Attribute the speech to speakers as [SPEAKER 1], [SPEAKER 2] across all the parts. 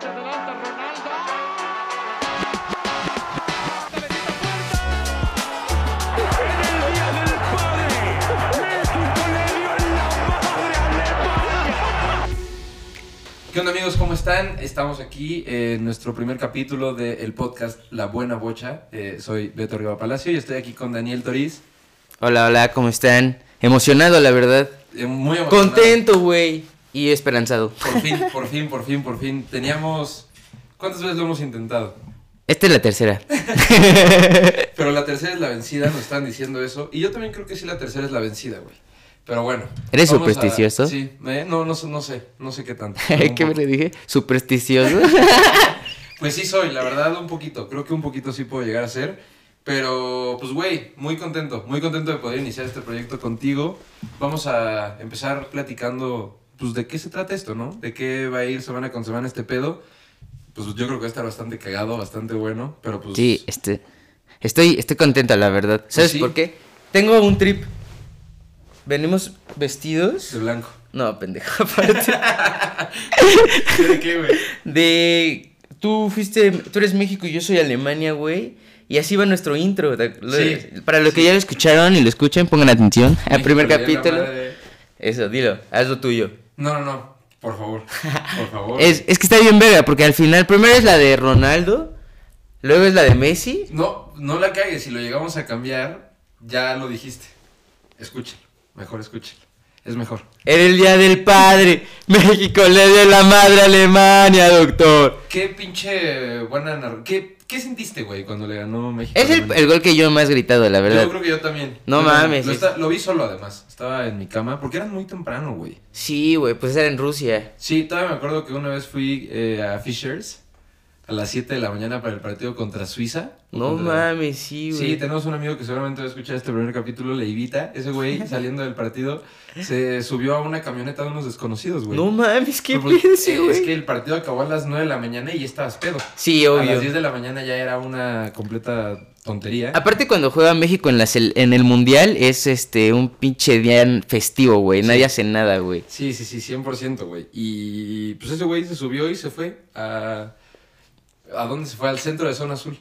[SPEAKER 1] Se adelanta Ronaldo.
[SPEAKER 2] ¿Qué onda amigos? ¿Cómo están? Estamos aquí eh, en nuestro primer capítulo del podcast La Buena Bocha. Eh, soy Beto Riva Palacio y estoy aquí con Daniel Toriz.
[SPEAKER 3] Hola, hola, ¿cómo están? Emocionado, la verdad.
[SPEAKER 2] Eh, muy emocionado.
[SPEAKER 3] Contento, güey. Y esperanzado.
[SPEAKER 2] Por fin, por fin, por fin, por fin. Teníamos... ¿Cuántas veces lo hemos intentado?
[SPEAKER 3] Esta es la tercera.
[SPEAKER 2] Pero la tercera es la vencida, nos están diciendo eso. Y yo también creo que sí la tercera es la vencida, güey. Pero bueno.
[SPEAKER 3] ¿Eres
[SPEAKER 2] vamos a-
[SPEAKER 3] supersticioso?
[SPEAKER 2] Sí. eh, no, no, sé- no sé. No sé qué tanto. pero un
[SPEAKER 3] ¿Qué me
[SPEAKER 2] poco.
[SPEAKER 3] le dije? Supersticioso.
[SPEAKER 2] Pues sí soy, la verdad, un poquito. Creo que un poquito sí puedo llegar a ser. Pero, pues, güey, muy contento. Muy contento de poder iniciar este proyecto contigo. Vamos a empezar platicando, pues, de qué se trata esto, ¿no? De qué va a ir semana con semana este pedo. Pues yo creo que va a estar bastante cagado, bastante bueno. Pero, pues...
[SPEAKER 3] Sí, este. Estoy, estoy contento, la verdad. ¿Sabes
[SPEAKER 2] sí.
[SPEAKER 3] por qué? Tengo un trip. ¿Venimos vestidos?
[SPEAKER 2] De blanco.
[SPEAKER 3] No, pendejo, aparte.
[SPEAKER 2] ¿De qué, güey?
[SPEAKER 3] De. Tú fuiste. Tú eres México y yo soy Alemania, güey. Y así va nuestro intro. ¿te- lo-
[SPEAKER 2] Sí,
[SPEAKER 3] para los que
[SPEAKER 2] sí.
[SPEAKER 3] ya lo escucharon y lo escuchan, pongan atención al primer
[SPEAKER 2] Híjole, la
[SPEAKER 3] capítulo.
[SPEAKER 2] madre.
[SPEAKER 3] Eso, dilo, haz lo tuyo.
[SPEAKER 2] No, no, no. Por favor. Por favor.
[SPEAKER 3] Es, es que está bien verga, porque al final, primero es la de Ronaldo, luego es la de Messi.
[SPEAKER 2] No, no la cagues, si lo llegamos a cambiar, ya lo dijiste. Escúchalo, mejor escúchalo. Es mejor.
[SPEAKER 3] Era el día del padre. México le dio la madre a Alemania, doctor.
[SPEAKER 2] Qué pinche buena narra- ¿Qué, ¿Qué sentiste, güey, cuando le ganó México?
[SPEAKER 3] Es el, el gol que yo más he gritado, la
[SPEAKER 2] Yo
[SPEAKER 3] verdad.
[SPEAKER 2] creo que yo también.
[SPEAKER 3] No
[SPEAKER 2] Yo también.
[SPEAKER 3] mames,
[SPEAKER 2] Lo,
[SPEAKER 3] es-
[SPEAKER 2] esta- lo vi solo, además. Estaba en mi cama, porque era muy temprano, güey.
[SPEAKER 3] Sí, güey, pues era en Rusia.
[SPEAKER 2] Sí, todavía me acuerdo que una vez fui eh, a Fishers a las 7 de la mañana para el partido contra Suiza. o
[SPEAKER 3] No
[SPEAKER 2] contra-
[SPEAKER 3] mames, sí, güey.
[SPEAKER 2] Sí, tenemos un amigo que seguramente va a escuchar este primer capítulo, Leivita. Ese güey, saliendo del partido, se subió a una camioneta de unos desconocidos, güey.
[SPEAKER 3] No mames, qué
[SPEAKER 2] Pero, pues,
[SPEAKER 3] pedo
[SPEAKER 2] eh,
[SPEAKER 3] ese, güey.
[SPEAKER 2] Es que el partido acabó a las 9 de la mañana y ya estabas pedo.
[SPEAKER 3] Sí,
[SPEAKER 2] A las
[SPEAKER 3] obvio.
[SPEAKER 2] 10 de la mañana ya era una completa tontería.
[SPEAKER 3] Aparte cuando juega México en, la sel- en el Mundial es este un pinche día festivo, güey.
[SPEAKER 2] Sí.
[SPEAKER 3] Nadie hace nada, güey.
[SPEAKER 2] Sí, sí, sí, 100%, güey. Y pues ese güey se subió y se fue a... ¿A dónde se fue? Al centro de Zona Azul.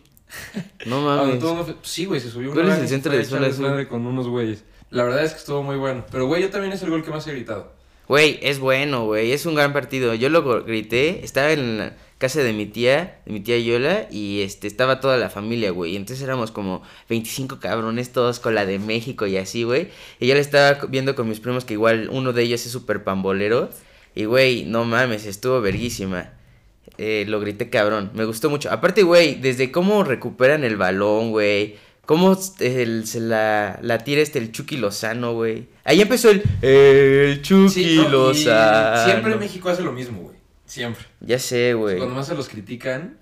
[SPEAKER 3] No
[SPEAKER 2] A donde
[SPEAKER 3] mames.
[SPEAKER 2] todo el mundo fue- sí, güey, se subió
[SPEAKER 3] ¿Cuál es el
[SPEAKER 2] vez y
[SPEAKER 3] centro
[SPEAKER 2] fue
[SPEAKER 3] de
[SPEAKER 2] a
[SPEAKER 3] Zona
[SPEAKER 2] echarles
[SPEAKER 3] Azul?
[SPEAKER 2] madre con unos güeyes. La verdad es que estuvo muy bueno. Pero, güey, yo también es el gol que más he gritado.
[SPEAKER 3] Güey, es bueno, güey. Es un gran partido. Yo lo gr- grité. Estaba en la casa de mi tía, de mi tía Yola, y este estaba toda la familia, güey. Y entonces éramos como 25 cabrones todos con la de México y así, güey. Y yo la estaba co- viendo con mis primos, que igual uno de ellos es súper pambolero. Y, güey, no mames, estuvo verguísima. Eh, lo grité cabrón. Me gustó mucho. Aparte, güey, desde cómo recuperan el balón, güey. Cómo el- se la, la tira este el Chucky Lozano, güey. Ahí empezó el... El Chucky
[SPEAKER 2] Sí, no, y
[SPEAKER 3] Lozano.
[SPEAKER 2] Siempre México hace lo mismo, güey. Siempre.
[SPEAKER 3] Ya sé, ah, güey.
[SPEAKER 2] Cuando más se los critican.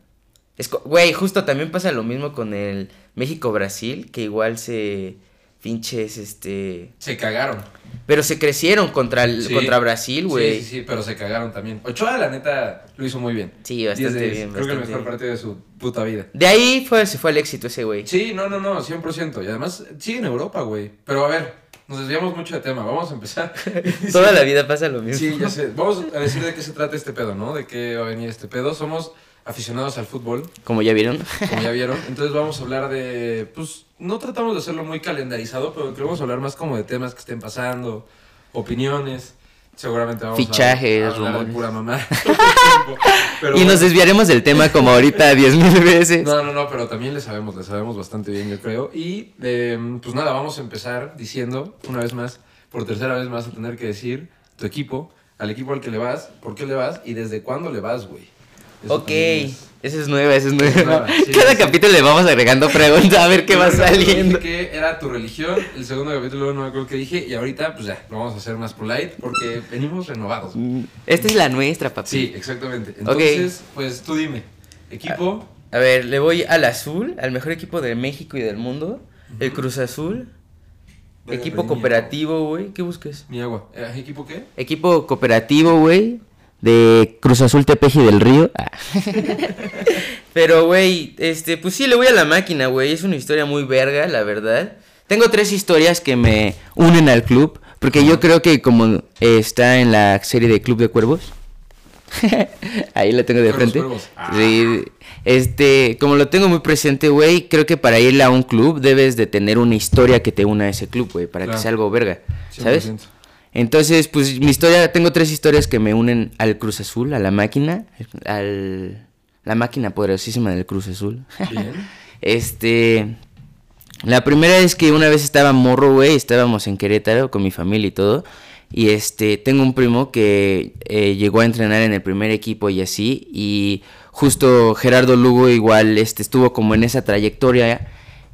[SPEAKER 3] Es co- Güey, justo también pasa lo mismo con el México-Brasil, que igual se... Pinches, este...
[SPEAKER 2] Se cagaron.
[SPEAKER 3] Pero se crecieron contra, el-
[SPEAKER 2] Sí.
[SPEAKER 3] contra Brasil, güey.
[SPEAKER 2] Sí, sí, sí, pero se cagaron también. Ochoa, la neta, lo hizo muy bien.
[SPEAKER 3] Sí, bastante
[SPEAKER 2] 10 de 10.
[SPEAKER 3] bien,
[SPEAKER 2] Creo que el
[SPEAKER 3] bastante
[SPEAKER 2] mejor
[SPEAKER 3] bien.
[SPEAKER 2] partido de su puta vida.
[SPEAKER 3] De ahí fue, se fue al éxito ese, güey.
[SPEAKER 2] Sí, no, no, no, 100%. Y además sigue en Europa, güey. Pero a ver, nos desviamos mucho de tema. Vamos a empezar.
[SPEAKER 3] Toda la vida pasa lo mismo.
[SPEAKER 2] Sí, ya sé. Vamos a decir de qué se trata este pedo, ¿no? De qué va a venir este pedo. Somos aficionados al fútbol,
[SPEAKER 3] Como ya vieron.
[SPEAKER 2] como ya vieron. Entonces vamos a hablar de, pues, no tratamos de hacerlo muy calendarizado, pero queremos hablar más como de temas que estén pasando, opiniones. Seguramente vamos a-
[SPEAKER 3] Fichajes,
[SPEAKER 2] a hablar de
[SPEAKER 3] rumores.
[SPEAKER 2] pura mamá. todo el tiempo.
[SPEAKER 3] y
[SPEAKER 2] Pero bueno.
[SPEAKER 3] nos desviaremos del tema como ahorita 10.000 veces.
[SPEAKER 2] No, no, no, pero también le sabemos, le sabemos bastante bien, yo creo. Y eh, pues nada, vamos a empezar diciendo, una vez más, por tercera vez más, a tener que decir tu equipo, al equipo al que le vas, por qué le vas y desde cuándo le vas, güey. Eso
[SPEAKER 3] ok,
[SPEAKER 2] también es-
[SPEAKER 3] esa es nueva, esa es nueva.
[SPEAKER 2] nueva, sí,
[SPEAKER 3] Cada
[SPEAKER 2] sí.
[SPEAKER 3] capítulo le vamos agregando preguntas a ver qué va
[SPEAKER 2] Primero
[SPEAKER 3] saliendo.
[SPEAKER 2] Dije que era tu religión, el segundo capítulo no me acuerdo qué dije, y ahorita pues ya, lo vamos a hacer más polite porque venimos renovados. güey.
[SPEAKER 3] Esta es la nuestra, papi.
[SPEAKER 2] Sí, exactamente.
[SPEAKER 3] Mm. Ok.
[SPEAKER 2] Entonces, pues tú dime, equipo,
[SPEAKER 3] A ver, le voy al azul, al mejor equipo de México y del mundo. El Cruz Azul.
[SPEAKER 2] Verga,
[SPEAKER 3] equipo
[SPEAKER 2] perdí mi
[SPEAKER 3] cooperativo, güey. ¿Qué busques?
[SPEAKER 2] mi agua, Eh, ¿equipo qué?
[SPEAKER 3] Equipo cooperativo, güey. De Cruz Azul Tepeji del Río. Ah. Pero, güey, este, pues sí, le voy a la máquina, güey. Es una historia muy verga, la verdad. Tengo tres historias que me unen al club. Porque yo creo que como eh, está en la serie de Club de Cuervos. Ahí lo tengo de
[SPEAKER 2] Cuervos,
[SPEAKER 3] frente.
[SPEAKER 2] cuervos. Ah.
[SPEAKER 3] Sí, este, como lo tengo muy presente, güey, creo que para ir a un club debes de tener una historia que te una a ese club, güey, para
[SPEAKER 2] Claro.
[SPEAKER 3] que sea algo verga, ¿sabes?
[SPEAKER 2] 100%.
[SPEAKER 3] Entonces, pues mi historia, tengo tres historias que me unen al Cruz Azul, a la máquina, al la máquina poderosísima del Cruz Azul.
[SPEAKER 2] Bien.
[SPEAKER 3] Este. La primera es que una vez estaba morro, güey. Estábamos en Querétaro con mi familia y todo. Y este, tengo un primo que eh, llegó a entrenar en el primer equipo y así. Y justo Gerardo Lugo igual este, estuvo como en esa trayectoria.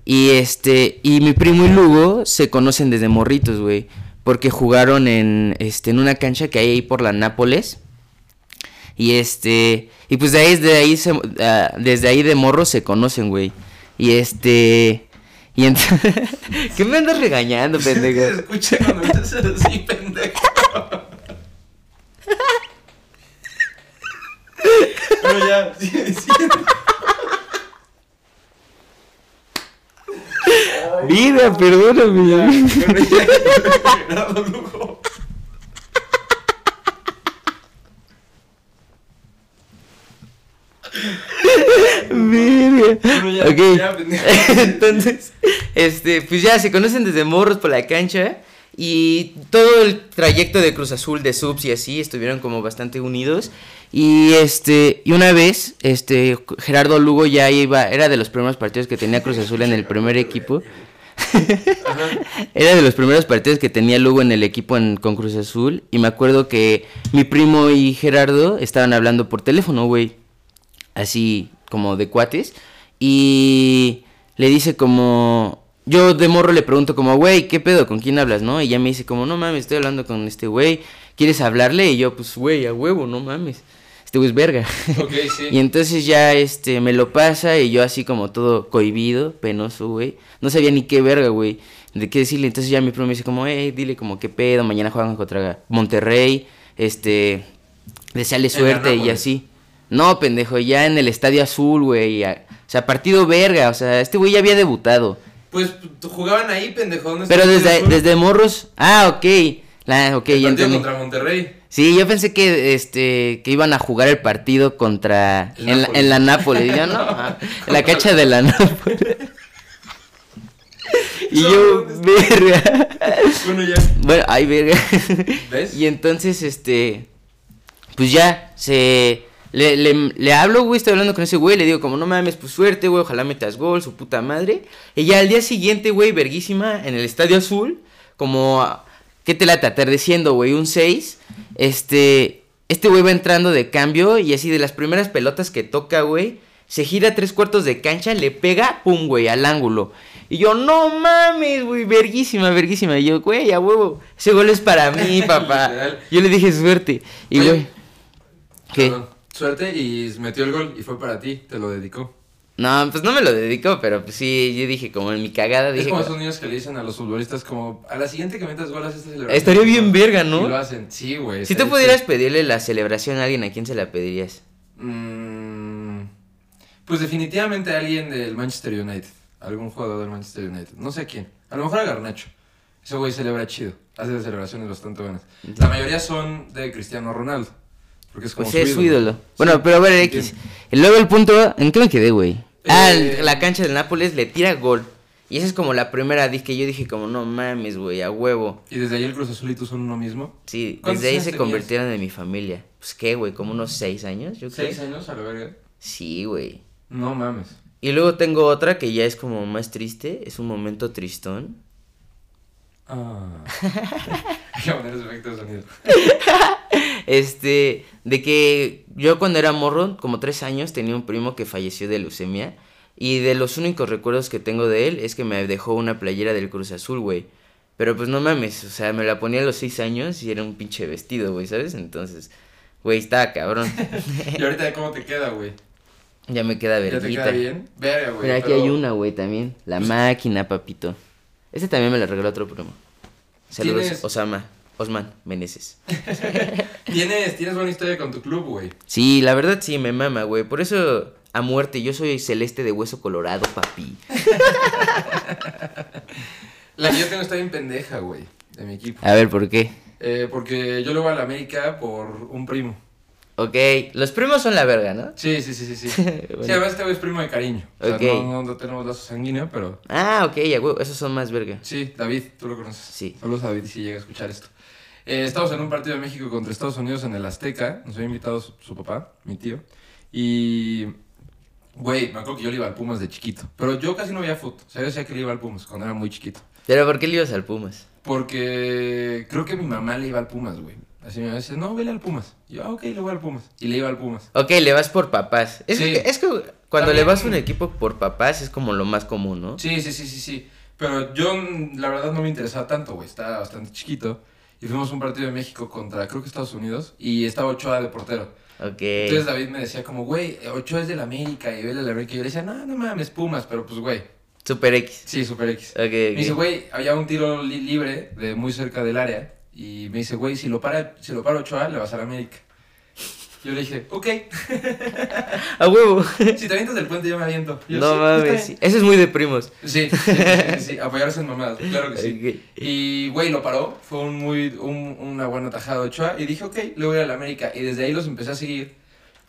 [SPEAKER 3] Y este, y mi primo y Lugo se conocen desde morritos, güey. Porque jugaron en, este, en una cancha que hay ahí por la Nápoles. Y este. Y pues de ahí, de ahí se- ah, desde ahí de morro se conocen, güey. Y este. Y entonces. ¿Qué me andas regañando, pendejo?
[SPEAKER 2] Escuché cuando me haces así, pendejo. Bueno, ya, sí, sí.
[SPEAKER 3] Vida, perdóname.
[SPEAKER 2] Bueno, ya, Gerardo Lugo.
[SPEAKER 3] Verga.
[SPEAKER 2] Bueno, ya,
[SPEAKER 3] Ok.
[SPEAKER 2] ya, pendejo.
[SPEAKER 3] Entonces, este, pues ya se conocen desde morros por la cancha. Y todo el trayecto de Cruz Azul, de subs y así, estuvieron como bastante unidos. Y este, y una vez, este, Gerardo Lugo ya iba, era de los primeros partidos que tenía Cruz Azul en el primer equipo. Era de los primeros partidos que tenía Lugo en el equipo en, con Cruz Azul. Y me acuerdo que mi primo y Gerardo estaban hablando por teléfono, güey. Así como de cuates. Y le dice como... Yo de morro le pregunto como, güey, ¿qué pedo? ¿Con quién hablas, no? Y ya me dice como, no mames, estoy hablando con este güey. ¿Quieres hablarle? Y yo, pues, güey, a huevo, no mames. Este güey es verga.
[SPEAKER 2] Ok, sí.
[SPEAKER 3] Y entonces ya este me lo pasa y yo así como todo cohibido, penoso, güey. No sabía ni qué verga, güey. De qué decirle. Entonces ya mi primo me dice como, hey, dile como qué pedo, mañana juegan contra Monterrey, este, deseale
[SPEAKER 2] la
[SPEAKER 3] suerte y
[SPEAKER 2] Nápoles.
[SPEAKER 3] así. No, pendejo, ya en el Estadio Azul, güey. ya. O sea, partido verga, o sea, este güey ya había debutado.
[SPEAKER 2] Pues jugaban ahí, pendejo. ¿dónde
[SPEAKER 3] Pero
[SPEAKER 2] está el
[SPEAKER 3] desde,
[SPEAKER 2] Cruz Azul?
[SPEAKER 3] desde morros. Ah, ok. La, ok,
[SPEAKER 2] El
[SPEAKER 3] ya
[SPEAKER 2] partido
[SPEAKER 3] entendí.
[SPEAKER 2] contra Monterrey.
[SPEAKER 3] Sí, yo pensé que este que iban a jugar el partido contra en,
[SPEAKER 2] El
[SPEAKER 3] la,
[SPEAKER 2] Nápoles.
[SPEAKER 3] en la Nápoles, yo no, ah, en la cancha de la Nápoles. y
[SPEAKER 2] No,
[SPEAKER 3] yo
[SPEAKER 2] ¿dónde
[SPEAKER 3] verga.
[SPEAKER 2] Bueno, ya.
[SPEAKER 3] Bueno, ay verga.
[SPEAKER 2] ¿Ves?
[SPEAKER 3] Y entonces este pues ya se le, le, le hablo, güey, estoy hablando con ese güey, le digo como no mames, pues suerte, güey, ojalá metas gol, su puta madre. Y ya al día siguiente, güey, verguísima, en el Estadio Azul, como, ah, ¿qué te lata? Atardeciendo, güey, un 6. Este, este güey va entrando de cambio y así de las primeras pelotas que toca, güey, se gira tres cuartos de cancha, le pega, pum, güey, al ángulo. Y yo, no mames, güey, verguísima, verguísima. Y yo, güey, a huevo, ese gol es para mí, papá.
[SPEAKER 2] Literal.
[SPEAKER 3] yo le dije suerte. Y,
[SPEAKER 2] Oye,
[SPEAKER 3] güey, ¿qué?
[SPEAKER 2] Perdón. Suerte y metió el gol y fue para ti, te lo dedicó.
[SPEAKER 3] No, pues no me lo dedicó, pero pues sí, yo dije como en mi cagada,
[SPEAKER 2] Es
[SPEAKER 3] dije...
[SPEAKER 2] como
[SPEAKER 3] como,
[SPEAKER 2] esos niños que le dicen a los futbolistas como a la siguiente que metas golas esta celebración.
[SPEAKER 3] Estaría bien verga, ¿no?
[SPEAKER 2] Y lo hacen. Sí, güey.
[SPEAKER 3] si tú
[SPEAKER 2] estaría
[SPEAKER 3] pudieras
[SPEAKER 2] chido.
[SPEAKER 3] pedirle la celebración a alguien, ¿a quién se la pedirías?
[SPEAKER 2] Mm, pues definitivamente alguien del Manchester United. Algún jugador del Manchester United. No sé quién. A lo mejor a Garnacho. Ese güey celebra chido. Hace celebraciones bastante buenas. La mayoría son de Cristiano Ronaldo. Porque es como
[SPEAKER 3] Pues es su ídolo.
[SPEAKER 2] Sí,
[SPEAKER 3] Bueno, pero a ver, X.
[SPEAKER 2] entiendo.
[SPEAKER 3] Luego el punto, ¿en qué me quedé, güey? Ah,
[SPEAKER 2] Eh.
[SPEAKER 3] la cancha del Nápoles le tira gol. Y esa es como la primera di- que yo dije como, no mames, güey, a huevo.
[SPEAKER 2] Y desde ahí el Cruz Azul y tú son uno mismo.
[SPEAKER 3] Sí,
[SPEAKER 2] ¿Cuántos
[SPEAKER 3] desde ahí
[SPEAKER 2] años
[SPEAKER 3] se
[SPEAKER 2] tenías?
[SPEAKER 3] convirtieron en mi familia. Pues qué, güey, como unos seis años, yo creo.
[SPEAKER 2] ¿Seis años a la verga?
[SPEAKER 3] Sí, güey.
[SPEAKER 2] No mames.
[SPEAKER 3] Y luego tengo otra que ya es como más triste, es un momento tristón.
[SPEAKER 2] Ah. Hay que poner ese efecto de sonido.
[SPEAKER 3] Este, de que yo cuando era morro, como tres años, tenía un primo que falleció de leucemia. Y de los únicos recuerdos que tengo de él es que me dejó una playera del Cruz Azul, güey. Pero pues no mames, o sea, me la ponía a los seis años y era un pinche vestido, güey, ¿sabes? Entonces, güey, estaba cabrón.
[SPEAKER 2] Y ahorita, ¿cómo te queda, güey?
[SPEAKER 3] ya me queda
[SPEAKER 2] ¿Ya te
[SPEAKER 3] verguita.
[SPEAKER 2] queda bien? Verga, güey.
[SPEAKER 3] Mira, aquí
[SPEAKER 2] pero Pues,
[SPEAKER 3] hay una, güey, también. La máquina, papito. Este también me lo regaló otro primo. Saludos,
[SPEAKER 2] ¿Tienes-
[SPEAKER 3] Osama. Osman Meneses.
[SPEAKER 2] Tienes, tienes buena historia con tu club, güey.
[SPEAKER 3] Sí, la verdad sí, me mama, güey. Por eso, a muerte, yo soy celeste de hueso colorado, papi.
[SPEAKER 2] La que yo tengo está bien pendeja, güey, de mi equipo.
[SPEAKER 3] A ver, ¿por qué?
[SPEAKER 2] Eh, porque yo le voy a la América por un primo.
[SPEAKER 3] Ok, los primos son la verga, ¿no?
[SPEAKER 2] Sí, sí, sí, sí. Sí, sí además este güey es primo de cariño. O sea,
[SPEAKER 3] Ok.
[SPEAKER 2] no, no tenemos lazo sanguíneo, pero
[SPEAKER 3] Ah, ok, ya, huevo, esos son más verga.
[SPEAKER 2] sí, David, tú lo conoces.
[SPEAKER 3] Sí.
[SPEAKER 2] Saludos a David si llega a escuchar esto. Eh, estamos en un partido de México contra Estados Unidos en el Azteca. Nos había invitado su, su papá, mi tío. Y, güey, me acuerdo que yo le iba al Pumas de chiquito. Pero yo casi no veía fútbol. O sea, yo decía que le iba al Pumas cuando era muy chiquito.
[SPEAKER 3] Pero ¿por qué le ibas al Pumas?
[SPEAKER 2] Porque creo que mi mamá le iba al Pumas, güey. Así me dice, no, vele al Pumas. Y yo, ah, ok, le voy al Pumas. Y le iba al Pumas.
[SPEAKER 3] Ok, le vas por papás. Es,
[SPEAKER 2] Sí.
[SPEAKER 3] que, es que cuando le
[SPEAKER 2] También-
[SPEAKER 3] vas a un equipo por papás es como lo más común, ¿no?
[SPEAKER 2] Sí, sí, sí, sí, sí. Pero yo, mm, la verdad, no me interesaba tanto, güey. Estaba bastante chiquito. Y fuimos a un partido de México contra, creo que Estados Unidos. Y estaba Ochoa de portero.
[SPEAKER 3] Ok.
[SPEAKER 2] Entonces David me decía como, güey, Ochoa es del América y vele al América. Y yo le decía, no, no mames, Pumas. Pero pues, güey,
[SPEAKER 3] Super X.
[SPEAKER 2] sí, Super X.
[SPEAKER 3] Ok,
[SPEAKER 2] Me dice,
[SPEAKER 3] ok.
[SPEAKER 2] güey, había un tiro li- libre de muy cerca del área. Y me dice, güey, si lo para, si lo para Ochoa, le vas a la América. Yo le dije, ok,
[SPEAKER 3] A huevo.
[SPEAKER 2] si te avientas del puente yo me aviento. Yo,
[SPEAKER 3] no
[SPEAKER 2] "Sí,
[SPEAKER 3] mames.
[SPEAKER 2] está
[SPEAKER 3] sí. Eso es muy de primos.
[SPEAKER 2] bien". Sí, sí, sí, sí, sí, apoyarse en mamadas, claro que sí.
[SPEAKER 3] Ok.
[SPEAKER 2] Y, güey, lo paró, fue un muy, un- una buena tajada de Ochoa. Y dije, ok, le voy a la América. Y desde ahí los empecé a seguir.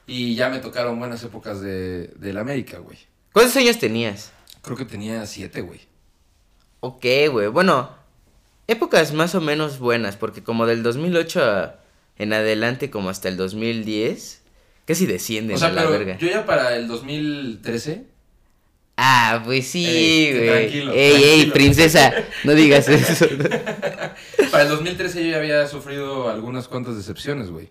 [SPEAKER 2] Y ya me tocaron buenas épocas de, de la América, güey.
[SPEAKER 3] ¿Cuántos años tenías?
[SPEAKER 2] Creo que tenía siete, güey.
[SPEAKER 3] Ok, güey. Bueno, épocas más o menos buenas, porque como del 2008 a- en adelante, como hasta el 2010, casi descienden
[SPEAKER 2] O sea,
[SPEAKER 3] a la
[SPEAKER 2] pero
[SPEAKER 3] verga.
[SPEAKER 2] yo ya para el 2013
[SPEAKER 3] Ah, pues sí,
[SPEAKER 2] Ey,
[SPEAKER 3] güey.
[SPEAKER 2] tranquilo,
[SPEAKER 3] ey, ey,
[SPEAKER 2] tranquilo.
[SPEAKER 3] princesa, no digas eso.
[SPEAKER 2] Para el 2013 yo ya había sufrido algunas cuantas decepciones, güey.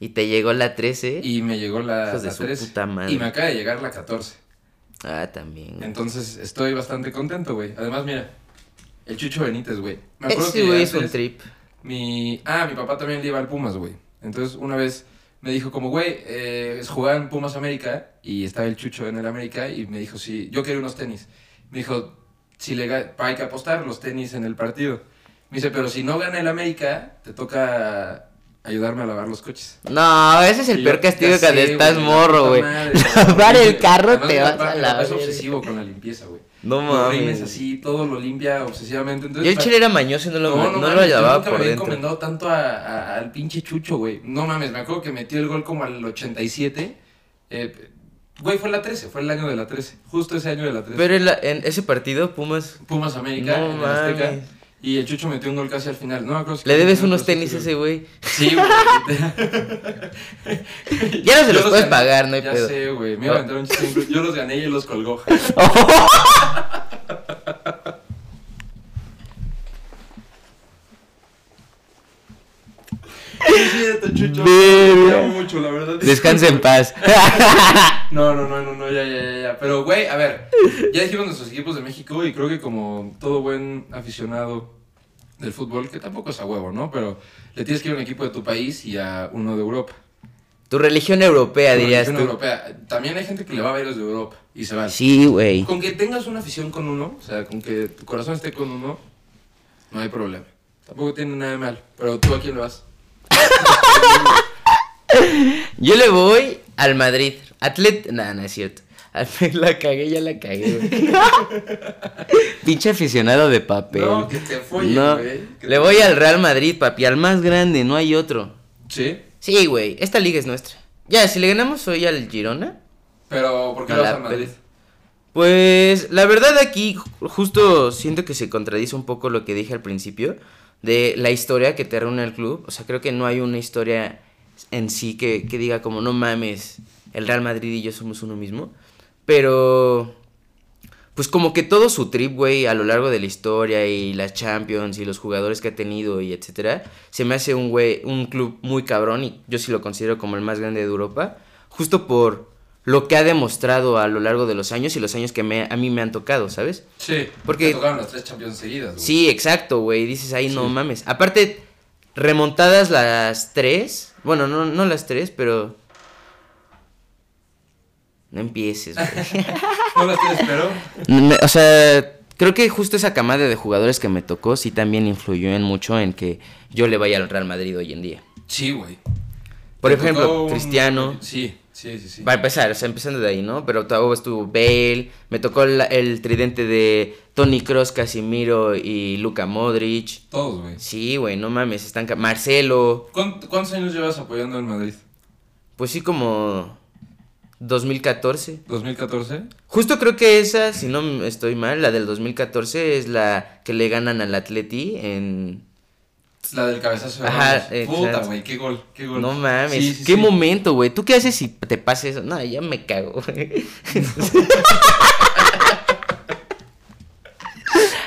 [SPEAKER 3] y te llegó la 13.
[SPEAKER 2] Y me llegó la,
[SPEAKER 3] ¿Eh? Hijos de
[SPEAKER 2] la
[SPEAKER 3] su puta madre.
[SPEAKER 2] Y me acaba de llegar la 14.
[SPEAKER 3] Ah, también. güey.
[SPEAKER 2] Entonces estoy bastante contento, güey. Además, mira, el Chucho Benítez, güey. Me acuerdo
[SPEAKER 3] Ese
[SPEAKER 2] que
[SPEAKER 3] güey es un
[SPEAKER 2] antes
[SPEAKER 3] trip.
[SPEAKER 2] mi... Ah, mi papá también le iba al Pumas, güey. Entonces una vez me dijo como, güey, eh, jugaban Pumas América y estaba el Chucho en el América y me dijo, sí, yo quiero unos tenis. Me dijo, si le ga- hay que apostar los tenis en el partido. Me dice, pero si no gana el América, te toca ayudarme a lavar los coches.
[SPEAKER 3] No, ese es el
[SPEAKER 2] Y
[SPEAKER 3] peor
[SPEAKER 2] yo,
[SPEAKER 3] castigo
[SPEAKER 2] ya
[SPEAKER 3] cuando
[SPEAKER 2] sé,
[SPEAKER 3] estás
[SPEAKER 2] güey, la
[SPEAKER 3] morro,
[SPEAKER 2] puta
[SPEAKER 3] güey.
[SPEAKER 2] madre,
[SPEAKER 3] Lavar el
[SPEAKER 2] horrible.
[SPEAKER 3] carro
[SPEAKER 2] Además,
[SPEAKER 3] te
[SPEAKER 2] mi
[SPEAKER 3] vas
[SPEAKER 2] papá-
[SPEAKER 3] a
[SPEAKER 2] mi
[SPEAKER 3] la
[SPEAKER 2] papá Es
[SPEAKER 3] verga.
[SPEAKER 2] obsesivo con la limpieza, güey.
[SPEAKER 3] No
[SPEAKER 2] Los rines
[SPEAKER 3] mames.
[SPEAKER 2] así, todo lo limpia obsesivamente.
[SPEAKER 3] Yo
[SPEAKER 2] Entonces,
[SPEAKER 3] el chile era mañoso y no lo, no, lo
[SPEAKER 2] mames, yo
[SPEAKER 3] llevaba por
[SPEAKER 2] nunca me había
[SPEAKER 3] dentro.
[SPEAKER 2] encomendado tanto a- a- al pinche Chucho, güey. No mames, me acuerdo que metió el gol como al 87. Eh, güey, fue la 13, fue el año de la 13. Justo ese año de la 13.
[SPEAKER 3] Pero en, la- en ese partido, Pumas,
[SPEAKER 2] Pumas América,
[SPEAKER 3] No
[SPEAKER 2] en el Azteca.
[SPEAKER 3] mames.
[SPEAKER 2] Y el Chucho metió un gol casi al final. No me acuerdo si-
[SPEAKER 3] le debes
[SPEAKER 2] no pues me
[SPEAKER 3] unos
[SPEAKER 2] acuerdo si
[SPEAKER 3] tenis a
[SPEAKER 2] fue-
[SPEAKER 3] ese güey.
[SPEAKER 2] Sí, güey.
[SPEAKER 3] Ya no se
[SPEAKER 2] Yo
[SPEAKER 3] los puedes
[SPEAKER 2] gané.
[SPEAKER 3] pagar, no hay
[SPEAKER 2] ya
[SPEAKER 3] pedo.
[SPEAKER 2] sé, güey. Me iba a entrar un chiste incluso. Yo los gané y él los colgó. Es cierto, Chucho.
[SPEAKER 3] Verga.
[SPEAKER 2] Te amo mucho, la verdad.
[SPEAKER 3] Descansa en paz.
[SPEAKER 2] No, no, no, no, no, ya, ya, ya, ya. Pero, güey, a ver. Ya dijimos nuestros equipos de México y creo que como todo buen aficionado del fútbol, que tampoco es a huevo, ¿no? Pero le tienes que ir a un equipo de tu país y a uno de Europa.
[SPEAKER 3] tu religión europea,
[SPEAKER 2] Con
[SPEAKER 3] dirías
[SPEAKER 2] afición
[SPEAKER 3] tú.
[SPEAKER 2] europea. También hay gente que le va a ver los de Europa y se van.
[SPEAKER 3] Sí, güey.
[SPEAKER 2] Con que tengas una afición con uno, o sea, con que tu corazón esté con uno, no hay problema. Tampoco tiene nada de mal. Pero tú a quién le vas.
[SPEAKER 3] Yo le voy al Madrid. Atlet... Nah, no es cierto. Al- La cagué, ya la cagué, güey. Pinche aficionado de papel.
[SPEAKER 2] No, que te follen,
[SPEAKER 3] No.
[SPEAKER 2] güey. Que
[SPEAKER 3] Le
[SPEAKER 2] te-
[SPEAKER 3] voy al Real Madrid, papi, al más grande, no hay otro.
[SPEAKER 2] Sí,
[SPEAKER 3] Sí, güey, esta liga es nuestra. Ya, si le ganamos hoy al Girona,
[SPEAKER 2] pero ¿por qué
[SPEAKER 3] No
[SPEAKER 2] le vas
[SPEAKER 3] la
[SPEAKER 2] a Madrid?
[SPEAKER 3] peles. Pues la verdad aquí ju- justo siento que se contradice un poco lo que dije al principio de la historia que te reúne el club. O sea, creo que no hay una historia en sí que, que diga como no mames, el Real Madrid y yo somos uno mismo. Pero pues como que todo su trip, güey, a lo largo de la historia y las Champions y los jugadores que ha tenido y etcétera, se me hace un güey, un club muy cabrón y yo sí lo considero como el más grande de Europa, justo por lo que ha demostrado a lo largo de los años y los años que me, a mí me han tocado, ¿sabes?
[SPEAKER 2] Sí,
[SPEAKER 3] Porque-
[SPEAKER 2] porque tocaron las tres Champions seguidas. güey.
[SPEAKER 3] Sí, exacto, güey, dices ahí no
[SPEAKER 2] Sí.
[SPEAKER 3] mames. Aparte, remontadas las tres, bueno, no, no las tres, pero... No empieces, güey.
[SPEAKER 2] No las tres, pero
[SPEAKER 3] Me- o sea, creo que justo esa camada de jugadores que me tocó sí también influyó en mucho en que yo le vaya al Real Madrid hoy en día.
[SPEAKER 2] sí, güey.
[SPEAKER 3] Por
[SPEAKER 2] Te tocó
[SPEAKER 3] ejemplo,
[SPEAKER 2] un-
[SPEAKER 3] Cristiano.
[SPEAKER 2] Sí, sí, sí, sí.
[SPEAKER 3] Va a empezar, o sea, empezando de ahí, ¿no? Pero luego estuvo Bale, me tocó la- el tridente de Tony Cross, Casimiro y Luka Modric.
[SPEAKER 2] Todos, güey.
[SPEAKER 3] Sí, güey, no mames, están... ca- Marcelo,
[SPEAKER 2] ¿Cuán- ¿Cuántos años llevas apoyando al Madrid?
[SPEAKER 3] Pues sí, como 2014.
[SPEAKER 2] ¿2014?
[SPEAKER 3] Justo creo que esa, si no m- estoy mal, la del 2014 es la que le ganan al Atleti en...
[SPEAKER 2] La del cabezazo de
[SPEAKER 3] Ajá,
[SPEAKER 2] Ramos. Puta,
[SPEAKER 3] exacto.
[SPEAKER 2] güey, qué gol, qué gol.
[SPEAKER 3] No mames,
[SPEAKER 2] Sí, sí,
[SPEAKER 3] qué
[SPEAKER 2] sí.
[SPEAKER 3] momento, güey. ¿Tú qué haces si te pasa eso? No, ya me cago. güey.